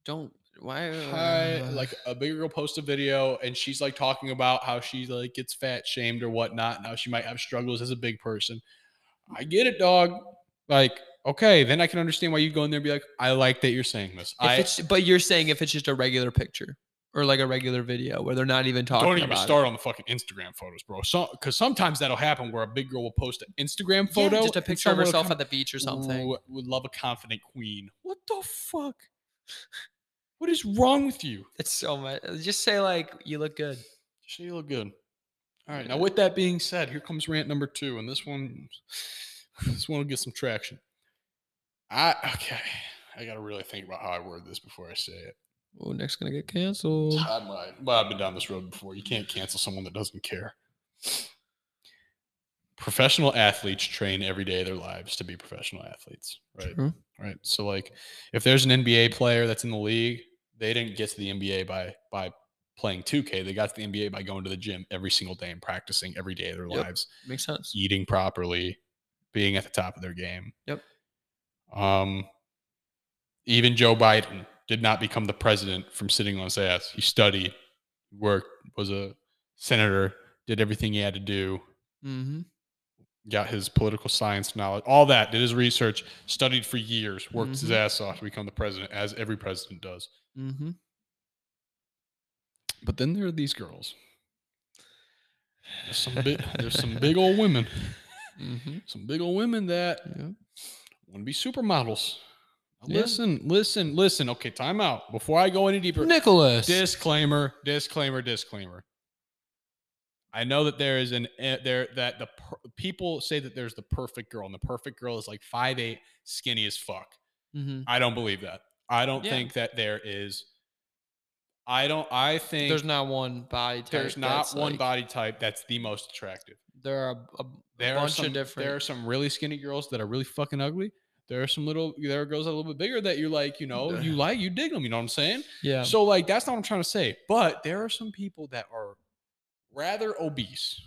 Don't why uh,
hi like a bigger girl posts a video and she's like talking about how she like gets fat shamed or whatnot and how she might have struggles as a big person i get it dog like okay then i can understand why you go in there and be like i like that you're saying this
If
i
it's, but you're saying if it's just a regular picture or like a regular video where they're not even talking
don't even
about it.
start on the fucking instagram photos bro so because sometimes that'll happen where a big girl will post an instagram
Yeah,
photo
just a
and
picture of
someone will
herself
come-
at the beach or something.
Ooh, would love a confident queen what the fuck what is wrong with you
It's so much. Just say like you look good.
She look good. All right. Now,
Yeah.
with that being said, here comes rant number two, and this one, this one will get some traction. I okay. I gotta really think about how I word this before I say it.
Oh, Nick's gonna get canceled.
I might, well, I've been down this road before. You can't cancel someone that doesn't care. Professional athletes train every day of their lives to be professional athletes, right?
True.
Right. So like if there's an NBA player that's in the league, they didn't get to the NBA by by playing 2K. They got to the NBA by going to the gym every single day and practicing every day of their
Yep.
lives,
Makes sense.
eating properly, being at the top of their game.
Yep.
Um even Joe Biden did not become the president from sitting on his ass. He studied, worked, was a senator, did everything he had to do,
Mm-hmm.
got his political science knowledge, all that, did his research, studied for years, worked his
Mhm.
ass off to become the president, as every president does.
Mm-hmm.
But then there are these girls. There's some big, there's some big old women,
Mm-hmm.
some big old women that
Yeah.
want to be supermodels. Now
Yeah.
Listen, listen, listen. Okay, time out. Before I go any deeper,
Nicholas.
disclaimer disclaimer disclaimer i know that there is an eh, there that the per, people say that there's the perfect girl and the perfect girl is like five eight, skinny as fuck
Mhm.
i don't believe that i don't
Yeah.
think that there is i don't i think
There's not one body type.
there's not
that's,
one
like-
body type that's the most attractive
There are a, a
there are
bunch
some
of different.
there are some really skinny girls that are really fucking ugly There are some little there are girls that are a little bit bigger that you like, you know, you like, you dig them, you know what I'm saying?
Yeah.
So like that's not what I'm trying to say. But there are some people that are rather obese.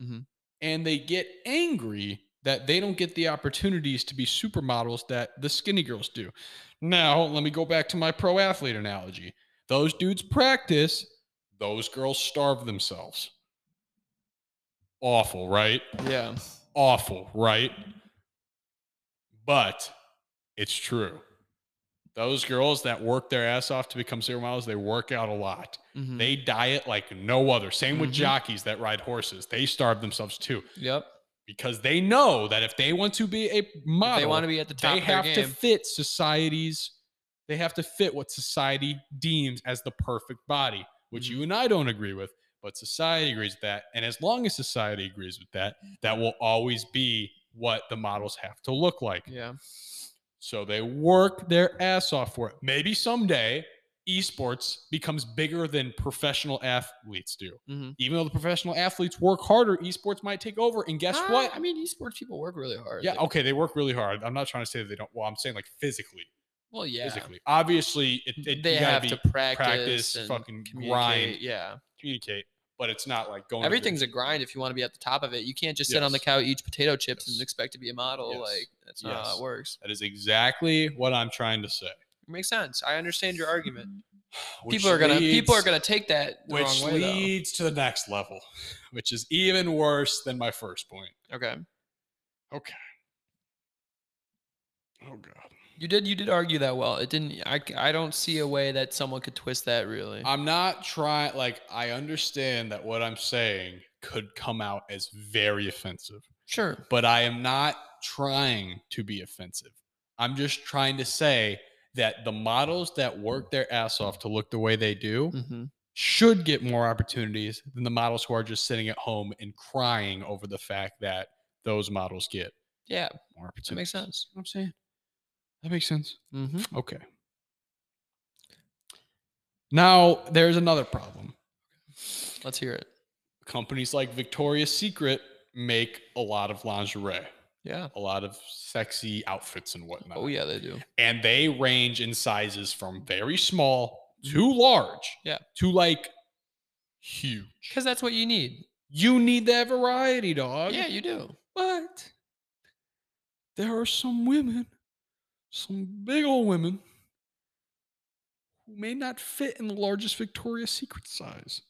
Mhm.
And they get angry that they don't get the opportunities to be supermodels that the skinny girls do. Now, let me go back to my pro athlete analogy. Those dudes practice, those girls starve themselves. Awful, right?
yeah.
awful, right? But it's true. Those girls that work their ass off to become supermodels, they work out a lot.
Mhm.
They diet like no other. Same with
Mhm.
jockeys that ride horses. They starve themselves too
Yep.
because they know that if they want to be a model,
They want to be at the top
they
of their
have to
game.
fit society's they have to fit what society deems as the perfect body which
Mhm.
you and i don't agree with but society agrees with that and as long as society agrees with that that will always be what the models have to look like
yeah.
so they work their ass off for it maybe someday esports becomes bigger than professional athletes do
Mhm.
even though the professional athletes work harder esports might take over and guess
Ah,
what
I mean, esports people work really hard.
yeah, oh,
They-
okay, they work really hard. I'm not trying to say that they don't. Well, I'm saying like physically,
Well, yeah.
physically. Obviously, it, it,
they
you gotta
have
be,
to practice,
practice,
and
fucking grind.
communicate, Yeah.
communicate, but it's not like going. to the-
Everything's a grind if you want to be at the top of it. You can't just sit on the
Yes.
couch, eat potato chips,
Yes.
and expect to be a model.
Yes.
Like that's not how
Yes.
it works.
That is exactly what I'm trying to say.
makes sense. I understand your argument.
Which
people are gonna people are
leads-
gonna take that the
which
wrong way
leads to the next level, which is even worse than my first point.
though. Okay.
Okay. Oh god.
You did you did argue that well. It didn't. I c- I don't see a way that someone could twist that really.
I'm not trying. Like I understand that what I'm saying could come out as very offensive.
sure.
but I am not trying to be offensive. I'm just trying to say that the models that work their ass off to look the way they do
hmm
should get more opportunities than the models who are just sitting at home and crying over the fact that those models get
Yeah,
more
that
opportunities.
makes sense.
I'm saying that makes sense.
Mm-hmm.
Okay. Now there's another problem.
Let's hear it.
Companies like Victoria's Secret make a lot of lingerie,
Yeah.
a lot of sexy outfits and whatnot.
Oh yeah, they do.
and they range in sizes from very small to large
Mm. Yeah.
to like huge
Because that's what you need.
you need that variety dog
Yeah, you do.
but there are some women some big old women who may not fit in the largest victoria's secret size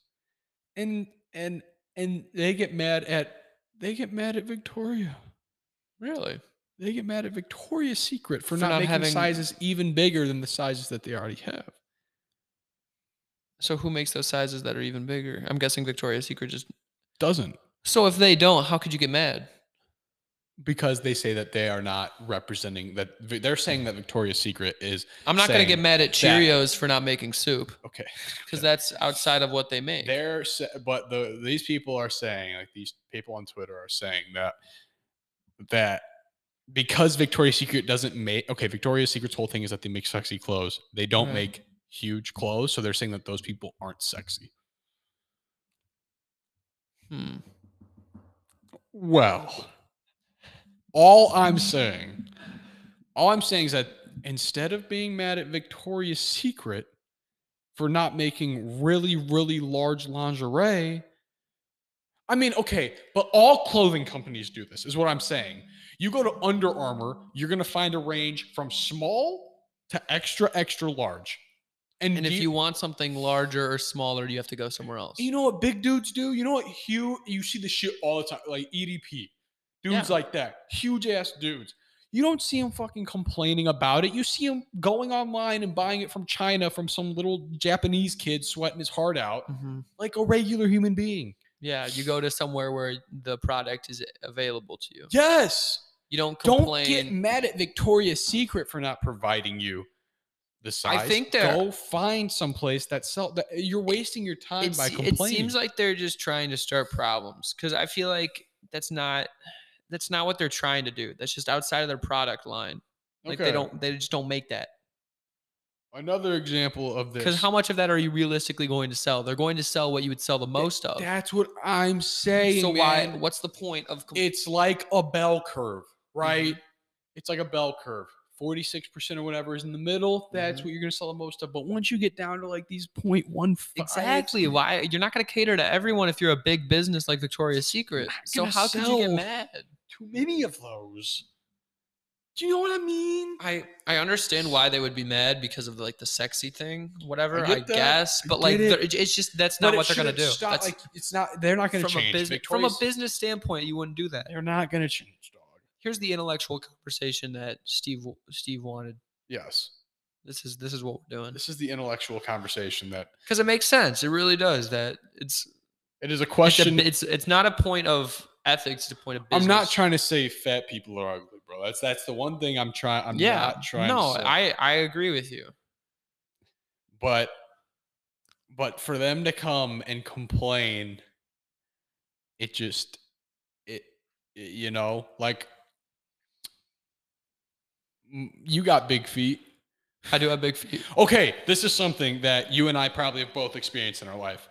and and and they get mad at they get mad at victoria
Really?
they get mad at Victoria's Secret for,
For
not,
not
making
having-
sizes even bigger than the sizes that they already have.
So who makes those sizes that are even bigger? I'm guessing Victoria's Secret just.
Doesn't
So if they don't, how could you get mad?
because they say that they are not representing that vi- they're saying that Victoria's Secret is
I'm not going to get
Saying
mad at Cheerios for not making soup
okay.
because that's outside of what they make.
They're sa- but the these people are saying like these people on Twitter are saying that that because Victoria's Secret doesn't make okay Victoria's Secret's whole thing is that they make sexy clothes. They don't
Right.
make huge clothes, so they're saying that those people aren't sexy.
Hmm.
Well, all I'm saying, all I'm saying is that instead of being mad at Victoria's Secret for not making really, really large lingerie, I mean, okay, but all clothing companies do this, is what I'm saying. You go to Under Armour, you're going to find a range from small to extra, extra large. And,
And if
do
you want something larger or smaller, you have to go somewhere else.
you know what big dudes do? You know what huge? You see the shit all the time, like EDP, dudes like that, huge ass dudes. You don't see them fucking complaining about it. You see them going online and buying it from China from some little Japanese kid sweating his heart out,
Mhm.
like a regular human being.
Yeah, you go to somewhere where the product is available to you.
Yes,
You don't
don't
complain.
get mad at Victoria's Secret for not providing you the size.
think they're-
go find someplace that sell. That, you're wasting your time
It's-
by complaining.
It seems like they're just trying to start problems because I feel like that's not that's not what they're trying to do. That's just outside of their product line. Like they
Okay.
don't they just don't make that.
Another example of this.
Because how much of that are you realistically going to sell? They're going to sell what you would sell the most of.
That's what I'm saying.
So why?
man.
What's the Mm-hmm. point of? com-
It's like a bell curve, right? it's like a bell curve. 46% or whatever is in the middle. That's
Mm-hmm.
what you're going to sell the most of. But once you get down to like these 0.15,
Exactly. Why you're not going to cater to everyone if you're a big business like Victoria's Secret.
not
So
gonna
how could you get
sell.
mad?
too many of those. Do you know what I mean?
I I understand why they would be mad because of like the sexy thing, whatever.
I
I,
get that.
guess,
I
but like
get it.
they're- it- it's just that's not
But it
what they're gonna
shouldn't
do.
Stop,
that's
like, it's not. They're not going to
from
change.
a business from a
Victoria's-
business standpoint, you wouldn't do that.
They're not going to change, dog.
Here's the intellectual conversation that Steve Steve wanted.
Yes,
This is this is what we're doing
this is the intellectual conversation that
because it makes sense. It really does. That it's
it is a
it's, a,
question.
bi- it's it's not a point of ethics. It's a point of business.
I'm not trying to say fat people are ugly, bro. That's that's the one thing I'm trying. I'm
yeah.
not trying.
no,
to say.
I I agree with you.
but but for them to come and complain it just it, it- you know like m- you got big feet
I do have big feet.
okay this is something that you and i probably have both experienced in our life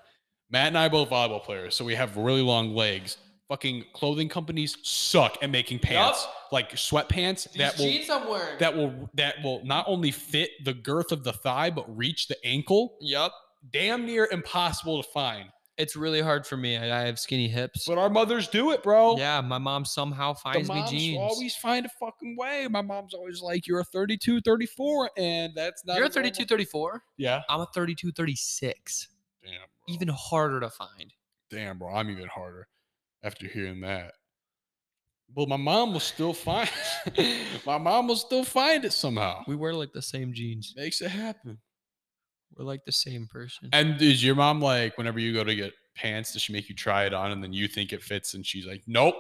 matt and i are both volleyball players so we have really long legs fucking clothing companies suck at making pants like sweatpants that will
I'm wearing.
that will that will not only fit the girth of the thigh but reach the ankle
yep.
damn near impossible to find.
It's really hard for me. I, I have skinny hips.
But our mothers do it, bro.
yeah, my mom somehow
The
finds me
moms
jeans.
always find a fucking way. My mom's always like, "You're a 32, 34, and that's not."
You're
a
a 32,
normal-
34.
Yeah.
I'm a 32, 36.
Damn. Bro.
Even harder to find.
damn, bro. I'm even harder after hearing that. Well, my mom will still find. my mom will still find it somehow.
We wear like the same jeans.
Makes it happen.
We're like the same person.
And is your mom like, whenever you go to get pants, does she make you try it on and then you think it fits, and she's like, "Nope,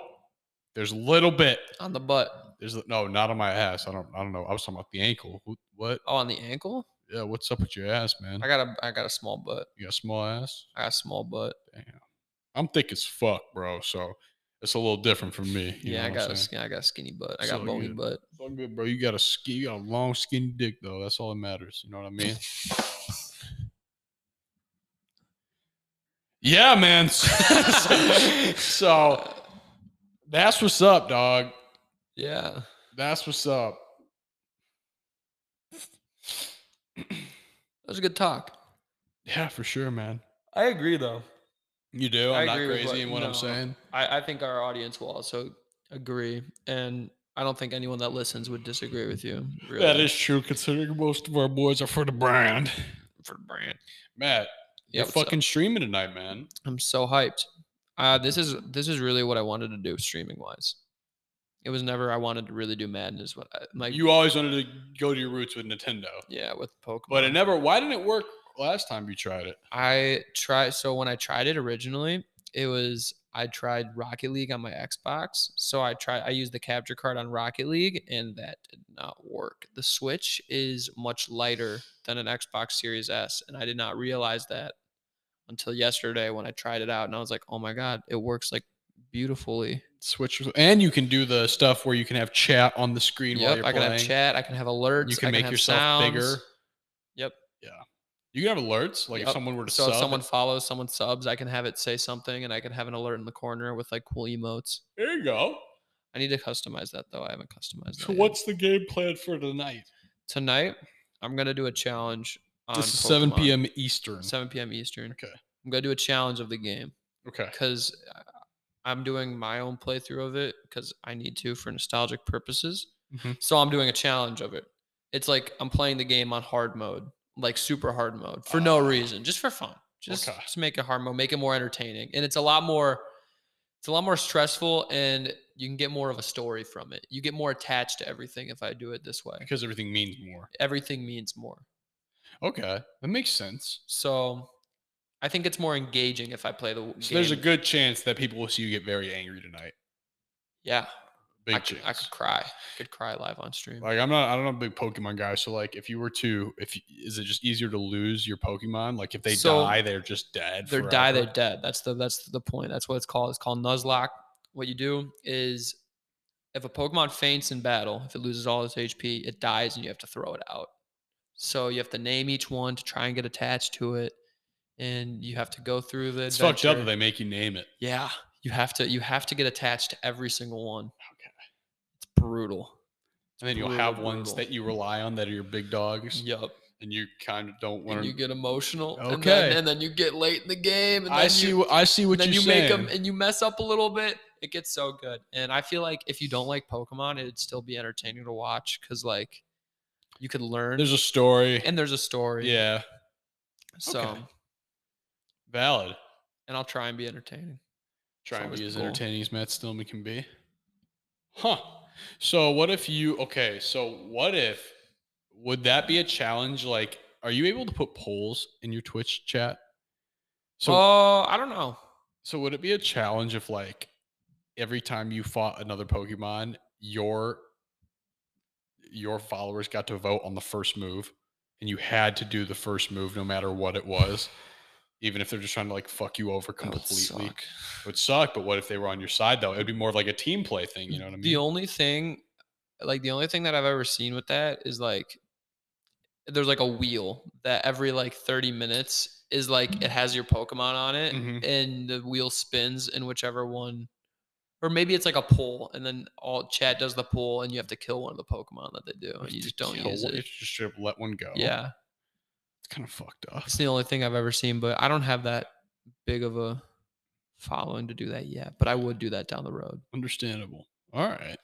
there's a little bit."
on the butt.
There's no, not on my ass. I don't, I don't know. I was talking about the ankle. Who- What?
Oh, on the ankle?
Yeah, what's up with your ass, man?
I got a I got a small butt.
you got a small ass.
I got a small butt.
Damn, I'm thick as fuck, bro. So it's a little different from me. you
yeah, I
know what I'm
got a
saying?
skin, I got a skinny butt. I
So
got a bony
you-
butt.
It's all good, bro. You got a ski, you got a long skinny dick though. That's all that matters. You know what I mean? yeah, man. so that's what's up, dog.
Yeah.
That's what's up.
That was a good talk.
Yeah, for sure, man.
I agree though.
You do.
I
I'm not
agree with
crazy
what-
in what
no.
I'm saying.
I, I think our audience will also agree. And I don't think anyone that listens would disagree with you. Really.
That is true, considering most of our boys are for the brand.
for the brand.
Matt,
Yeah,
you're fucking streaming tonight, man.
I'm so hyped. Uh, this is this is really what I wanted to do streaming wise. It was never I wanted to really do madness. What I, like
you always wanted to go to your roots with Nintendo,
yeah with Pokemon.
but it never. Why didn't it work last time you tried it?
I try so when I tried it originally, it was I tried Rocket League on my Xbox. So I tried I used the capture card on Rocket League and that did not work. The Switch is much lighter than an Xbox Series S and I did not realize that until yesterday when I tried it out and I was like, "Oh my god, it works like beautifully."
Switch, was- and you can do the stuff where you can have chat on the screen while
Yep,
you're
I can
playing.
have chat, I can have alerts,
You can
I
make
have
yourself bigger.
sounds. Yep.
You can have alerts, like if
Yep.
someone were to
So
sub.
if someone follows, someone subs, I can have it say something and I can have an alert in the corner with like cool emotes.
there you go.
I need to customize that though. I haven't customized that.
So
yet.
what's the game plan for tonight?
tonight? I'm gonna do a challenge. On
This is 7
Pokemon.
p.m. Eastern.
7 p.m. Eastern.
Okay.
I'm gonna do a challenge of the game
Okay.
because uh, I'm doing my own playthrough of it because I need to for nostalgic purposes.
Mhm.
So I'm doing a challenge of it. It's like I'm playing the game on hard mode, like super hard mode, for no
Ah.
reason, just for fun. Just,
Okay.
just make it hard mode, make it more entertaining, and it's a lot more. It's a lot more stressful, and you can get more of a story from it. You get more attached to everything if I do it this way.
Because everything means more.
Everything means more.
Okay, that makes sense.
So I think it's more engaging if I play the w-
So there's a
game.
good chance that people will see you get very angry tonight.
yeah.
Big
I could,
chance.
I could cry. I could cry live on stream.
Like I'm not, I don't know, a big Pokemon guy. So like, if you were to, if y- is it just easier to lose your Pokemon? Like if they
So,
die, they're just dead.
They're die, they're
forever?
dead. That's the that's the point. That's what it's called. It's called Nuzlocke. What you do is if a Pokemon faints in battle, if it loses all its HP, it dies and you have to throw it out. So you have to name each one to try and get attached to it. And you have to go through the
It's fucked up that
adventure.
they make you name it.
Yeah. You have to you have to get attached to every single one.
Okay.
It's brutal. It's
And then you'll
Brutal,
have ones
brutal.
that you rely on that are your big dogs,
Yep.
and you kind of don't want
And
to.
you get emotional. And
Okay.
then, and then you get late in the game. And
I
then
see.
you-
wh- I see what
then
you're
you
saying.
make them and you mess up a little bit it gets so good and i feel like if you don't like pokemon it'd still be entertaining to watch because like you could learn
There's a story.
and there's a story
yeah,
so
okay. valid.
and i'll try and be entertaining
Try and
always
be as
the goal.
entertaining as Matt Stillman can be. Huh. So what if you? Okay. So what if? Would that be a challenge? Like, are you able to put polls in your Twitch chat? So
oh i don't know
So would it be a challenge if like every time you fought another Pokemon, your your followers got to vote on the first move and you had to do the first move no matter what it was, even if they're just trying to like fuck you over
That would
completely.
suck.
It would suck, but what if they were on your side though? It would be more of like a team play thing, you know what I mean?
the only thing like the only thing that i've ever seen with that is like there's like a wheel that every like 30 minutes is like it has your pokemon on it
Mhm.
and the wheel spins and whichever one or maybe it's like a pull and then all chat does the pull and you have to kill one of the pokemon that they do and you just don't
Kill
use
one- you
it
Just straight up let one go.
yeah
It's kind of fucked up.
it's the only thing i've ever seen but i don't have that big of a following to do that yet but i would do that down the road
Understandable. All right.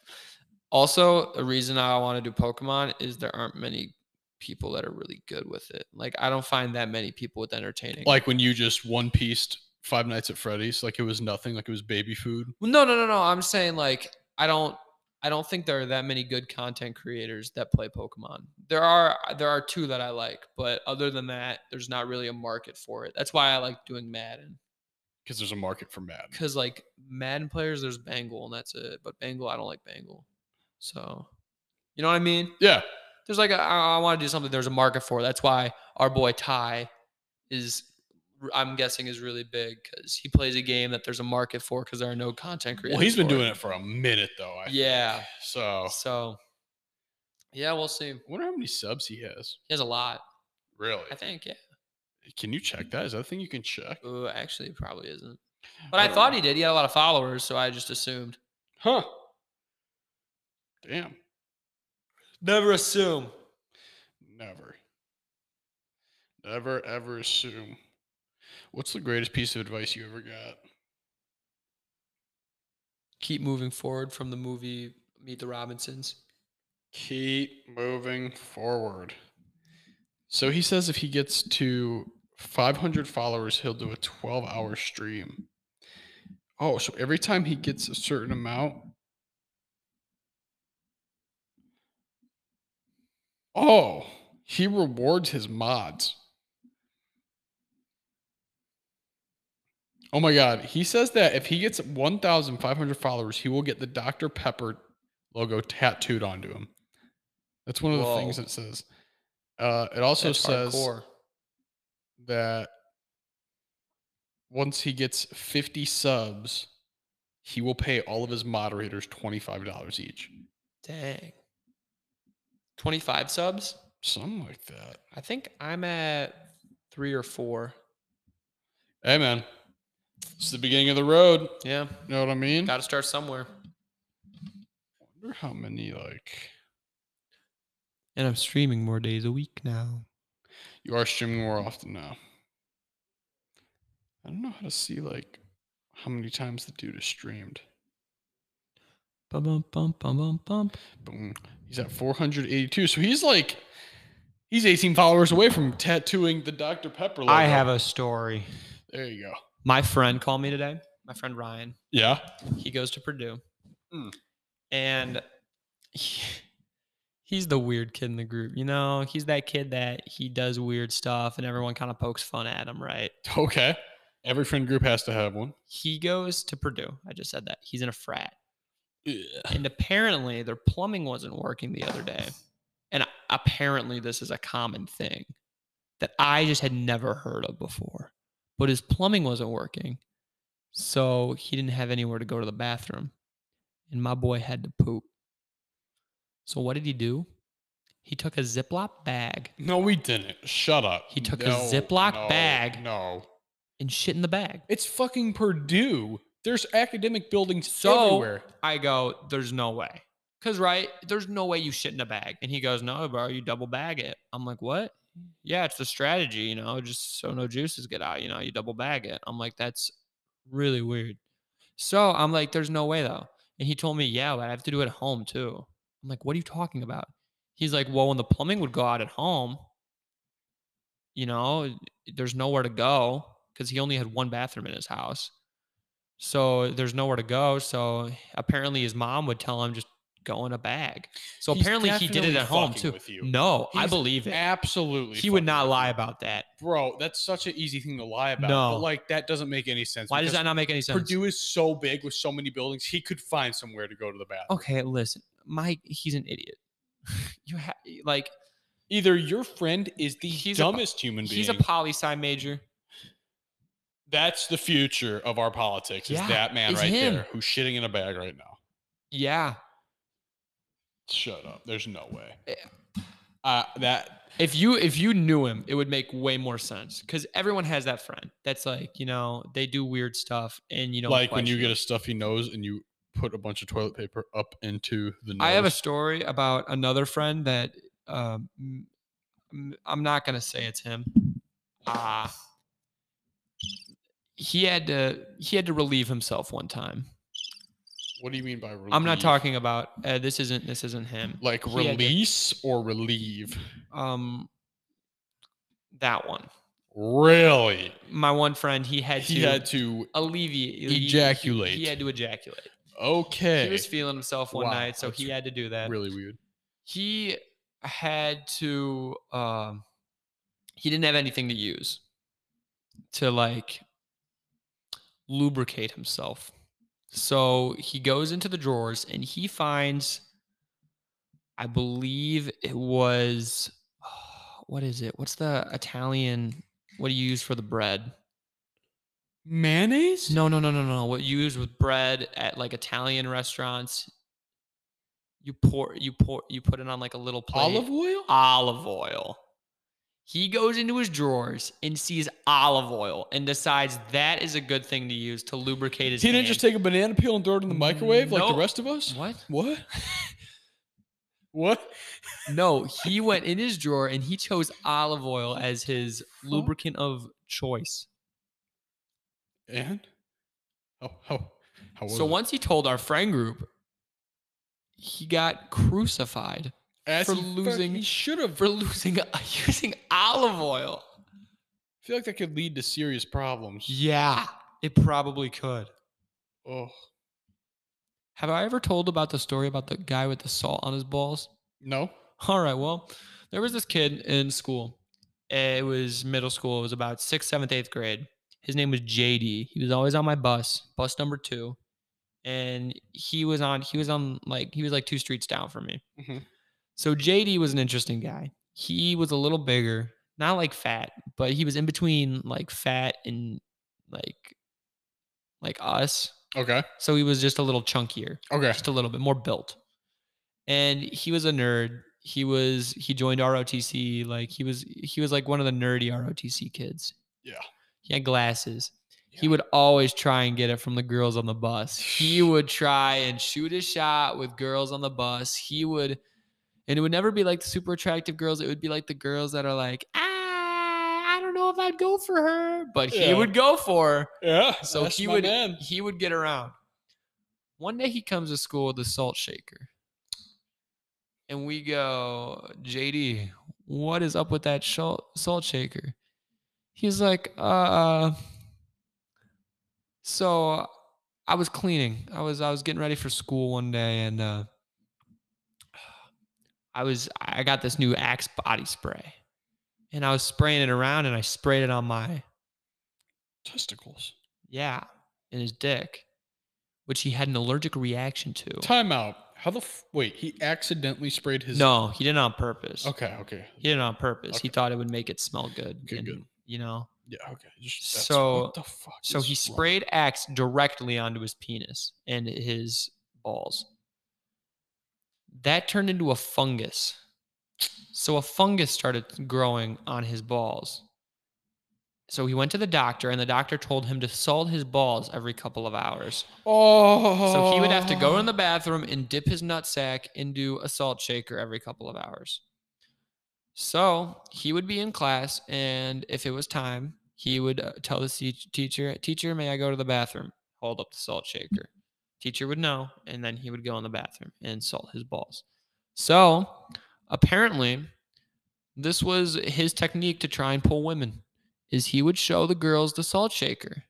Also, a reason I want to do Pokemon is there aren't many people that are really good with it. Like I don't find that many people with entertaining.
Like when you just one pieced Five Nights at Freddy's, like it was nothing, like it was baby food.
Well, no, no, no, no. I'm saying like I don't I don't think there are that many good content creators that play Pokemon. There are there are two that I like, but other than that, there's not really a market for it. That's why I like doing Madden
because there's a market for Madden.
cuz like Madden players there's Bangle and that's it, but Bangle I don't like Bangle. So, you know what I mean?
Yeah,
there's like a, I, I want to do something there's a market for. That's why our boy Ty is r- I'm guessing is really big because he plays a game that there's a market for because there are no content creators.
well, he's been
for
doing it Oh. for a minute though. I think.
Yeah.
So I
So yeah, we'll see. He
wonder how many subs he has.
has a lot,
Really?
I think. Yeah,
Can you check that? Is that a thing you can check?
Ooh, actually, it probably isn't. But I thought he did. He had a lot of followers, so I just assumed.
Huh. Damn.
Never assume.
Never. Never ever assume. What's the greatest piece of advice you ever got?
Keep moving forward from the movie Meet the Robinsons.
Keep moving forward. So he says if he gets to 500 followers, he'll do a 12 hour stream. Oh, so every time he gets a certain amount. Oh, he rewards his mods. Oh my God. He says that if he gets 1,500 followers, he will get the Dr. Pepper logo tattooed onto him. That's one of the things
Whoa.
that says. Uh, it also
That's
says
hardcore.
that once he gets 50 subs, he will pay all of his moderators $25 each.
Dang. 25 subs?
Something like that.
I think I'm at three or four.
Hey, man. It's the beginning of the road.
Yeah.
You know what I mean?
Got to start somewhere.
wonder how many, like,
And I'm streaming more days a week now.
you are streaming more often now. I don't know how to see, like, how many times the dude is streamed.
Bum, bum, bum, bum, bum, bum.
Boom. He's at 482. So he's like, he's 18 followers away from tattooing the Dr. Pepper logo.
I have a story.
There you go.
My friend called me today. My friend Ryan.
Yeah.
He goes to Purdue. Hmm.
Mm.
And he- he's the weird kid in the group. You know, he's that kid that he does weird stuff and everyone kind of pokes fun at him, right?
Okay. Every friend group has to have one.
He goes to Purdue. I just said that. He's in a frat.
Yeah.
and apparently their plumbing wasn't working the other day. And apparently this is a common thing that I just had never heard of before. But his plumbing wasn't working. So he didn't have anywhere to go to the bathroom. And my boy had to poop. So what did he do? He took a Ziploc bag
No, we didn't. Shut up.
He took a
No,
Ziploc
no,
bag.
No.
and shit in the bag.
It's fucking Purdue. There's academic buildings
So
everywhere.
I go, there's no way. Cause right, there's no way you shit in a bag. And he goes, No, bro, you double bag it. I'm like, What? Yeah, it's the strategy, you know, just so no juices get out, you know, you double bag it. I'm like, That's really weird. So I'm like, There's no way though. And he told me, Yeah, but I have to do it at home too. I'm like, What are you talking about? He's like, Well, when the plumbing would go out at home, you know, there's nowhere to go because he only had one bathroom in his house. So there's nowhere to go. So apparently his mom would tell him just go in a bag. So
He's
apparently he did it
definitely
at home
fucking
too.
with you.
No, I
He's
believe it.
Absolutely.
He would
fucking
not
with
lie
you.
about that.
Bro, that's such an easy thing to lie about.
No.
But like that doesn't make any sense.
Why does
because
that not make any sense?
Purdue is so big with so many buildings, he could find somewhere to go to the bathroom.
Okay, listen, Mike, he's an idiot. You ha- like
Either your friend is the
He's a po-
dumbest human being.
he's a poli sci major.
that's the future of our politics. Is
Yeah,
that man
it's
right
him.
there who's shitting in a bag right now?
Yeah,
Shut up. There's no way.
Yeah.
Uh, that
If you if you knew him, it would make way more sense because everyone has that friend that's like you know they do weird stuff and you know
like when you get a stuffy nose and you put a bunch of toilet paper up into the nose.
I have a story about another friend that um, m- m- I'm not gonna say it's him. Ah, he had to he had to relieve himself one time.
What do you mean by relieve?
I'm not talking about uh, this isn't this isn't him.
like
He had to-
release or relieve.
Um, that one.
Really?
My one friend, he had to
He had to.
alleviate he-
ejaculate.
He, had to ejaculate.
Okay.
He was feeling himself one
Wow,
night, so
that's
he had to do that.
really weird.
He had to. Um, he didn't have anything to use to like lubricate himself. So he goes into the drawers and he finds, I believe it was, what is it? What's the Italian? What do you use for the bread?
Mayonnaise?
No, no, no, no, no. What you use with bread at like Italian restaurants, you pour, you pour, you put it on like a little plate.
Olive oil?
Olive oil. He goes into his drawers and sees olive oil and decides that is a good thing to use to lubricate his.
He didn't just
hand. Mm,
take a banana peel and throw it in the microwave like
Nope.
the rest of us?
what?
What? what?
No, he went in his drawer and he chose olive oil as his lubricant of choice.
And? Oh, how, how was
So
it?
once he told our friend group, he got crucified.
As
for
he fuck-
losing-
He should have. I
for losing using olive oil.
feel like that could lead to serious problems.
Yeah, it probably could.
Oh,
Have I ever told about the story about the guy with the salt on his balls?
no.
All right, well, there was this kid in school. It was middle school. It was about sixth, seventh, eighth grade. His name was JD. He was always on my bus, bus number two, and he was on. He was on like he was like two streets down from me.
Mhm.
So JD was an interesting guy. He was a little bigger, not like fat, but he was in between like fat and like like us.
Okay.
So he was just a little chunkier
Okay.
just a little bit more built. And he was a nerd. He was he joined ROTC like he was he was like one of the nerdy ROTC kids.
Yeah.
He had glasses. He
Yeah.
would always try and get it from the girls on the bus. He would try and shoot a shot with girls on the bus. He would and it would never be like the super attractive girls. It would be like the girls that are like, ah, I don't know if I'd go for her. But he
Yeah.
would go for her.
Yeah.
So
that's
he
my
would
man.
he would get around. One day he comes to school with a salt shaker. And we go, JD, what is up with that shal- salt shaker? He's like, uh so I was cleaning. I was I was getting ready for school one day and uh I was I got this new Axe body spray. And I was spraying it around and I sprayed it on my
Testicles.
yeah, in his dick, which he had an allergic reaction to.
Time out. How the f- wait? He accidentally sprayed his.
no, he did it on purpose.
Okay. Okay.
He did it on purpose. He
Okay.
thought it would make it smell good.
Okay, good.
and, You know,
Yeah. Okay. Just, that's-
So-
what the fuck?
so
is
he
wrong?
sprayed Axe directly onto his penis and his balls. That turned into a fungus. So a fungus started growing on his balls. So he went to the doctor, and the doctor told him to salt his balls every couple of hours.
Oh.
So he would have to go in the bathroom and dip his nutsack into a salt shaker every couple of hours. So he would be in class, and if it was time, he would uh, tell the teach- teacher, Teacher, may I go to the bathroom? Hold up the salt shaker. Teacher would know, and then he would go in the bathroom and salt his balls. So apparently, this was his technique to try and pull women is he would show the girls the salt shaker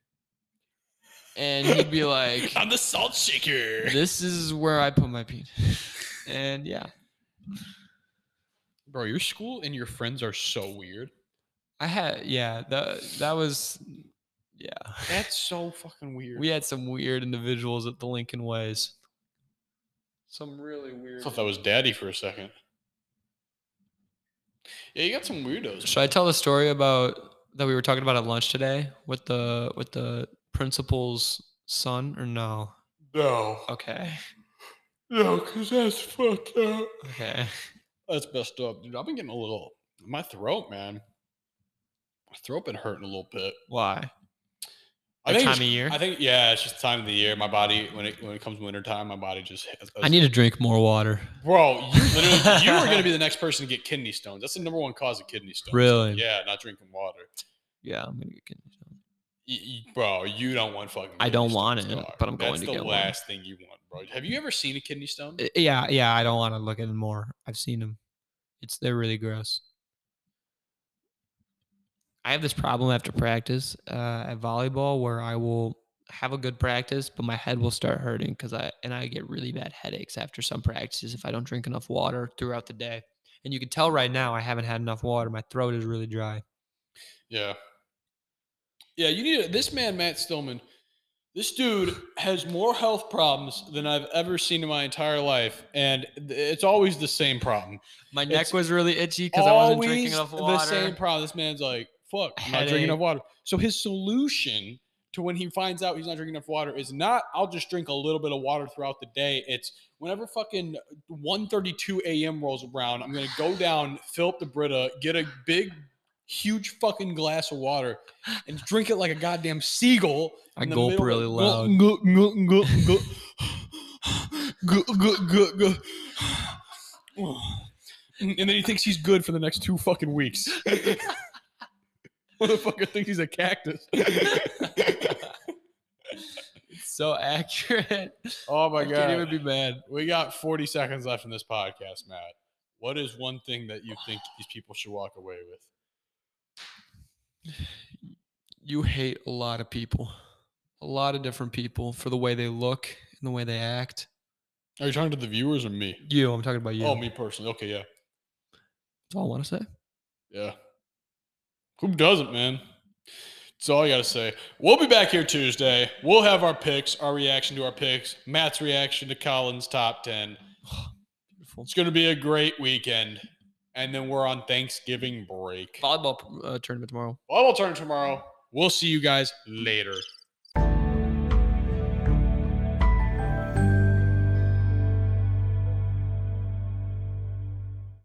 and he'd be like
I'm the salt shaker.
this is where I put my penis. And yeah,
Bro, your school and your friends are so weird.
I had yeah that that was yeah.
That's so fucking weird.
We had some weird individuals at the Lincoln Ways.
Some really weird. I thought that was daddy for a second. Yeah, you got some weirdos.
Should I tell the story about that we were talking about at lunch today with the with the principal's son or no?
No,
Okay,
no, cause that's fucked up.
okay.
That's messed up, dude. I've been getting a little my throat, man. My throat been hurting a little bit.
Why? What
I think,
time
it's-
of year?
I think yeah, it's just time of the year. My body when it when it comes winter time, my body just. Has,
I need to drink more water.
Bro, you literally you are gonna be the next person to get kidney stones. That's the number one cause of kidney stones.
Really?
Yeah, not drinking water.
Yeah, I'm gonna get. kidney stones.
Y- y- bro, you don't want fucking.
I
kidney
don't want
stones,
it,
dog.
but I'm going
That's
to
the
get one.
last thing you want, bro. Have you ever seen a kidney stone?
Uh, Yeah, yeah. I don't want to look at them more. I've seen them. It's they're really gross. I have this problem after practice uh, at volleyball where I will have a good practice, but my head will start hurting because I and I get really bad headaches after some practices if I don't drink enough water throughout the day. And you can tell right now I haven't had enough water. My throat is really dry.
Yeah. Yeah, you need to, this man, Matt Stillman. This dude has more health problems than I've ever seen in my entire life, and th- it's always the same problem.
My neck
It's
was really itchy because I wasn't drinking enough
Always
water.
The same problem. This man's like, "Fuck, I'm not drinking
Headache.
enough water." So his solution to when he finds out he's not drinking enough water is not, "I'll just drink a little bit of water throughout the day." It's whenever fucking 1:32 a.m. rolls around, I'm gonna go down, fill up the Brita, get a big, huge fucking glass of water, and drink it like a goddamn seagull.
I
in the
gulp
middle of-
really
gulp,
loud.
gulp, gulp, gulp, gulp. Gulp, gulp, gulp, gulp. And then he thinks he's good for the next two fucking weeks. Motherfucker thinks he's a cactus.
It's so accurate.
oh my
I
god.
can't even be mad.
we got 40 seconds left in this podcast, Matt. What is one thing that you think these people should walk away with?
you hate a lot of people, a lot of different people for the way they look and the way they act.
Are you talking to the viewers or me?
You, I'm talking about you.
Oh, me personally. Okay, yeah.
That's all I want to say.
Yeah. Who doesn't, man? That's all I got to say. We'll be back here Tuesday. We'll have our picks, our reaction to our picks, Matt's reaction to Collins' top 10.
Beautiful.
It's going to be a great weekend. And then we're on Thanksgiving break.
Volleyball uh, tournament tomorrow.
Volleyball turn tomorrow. We'll see you guys later.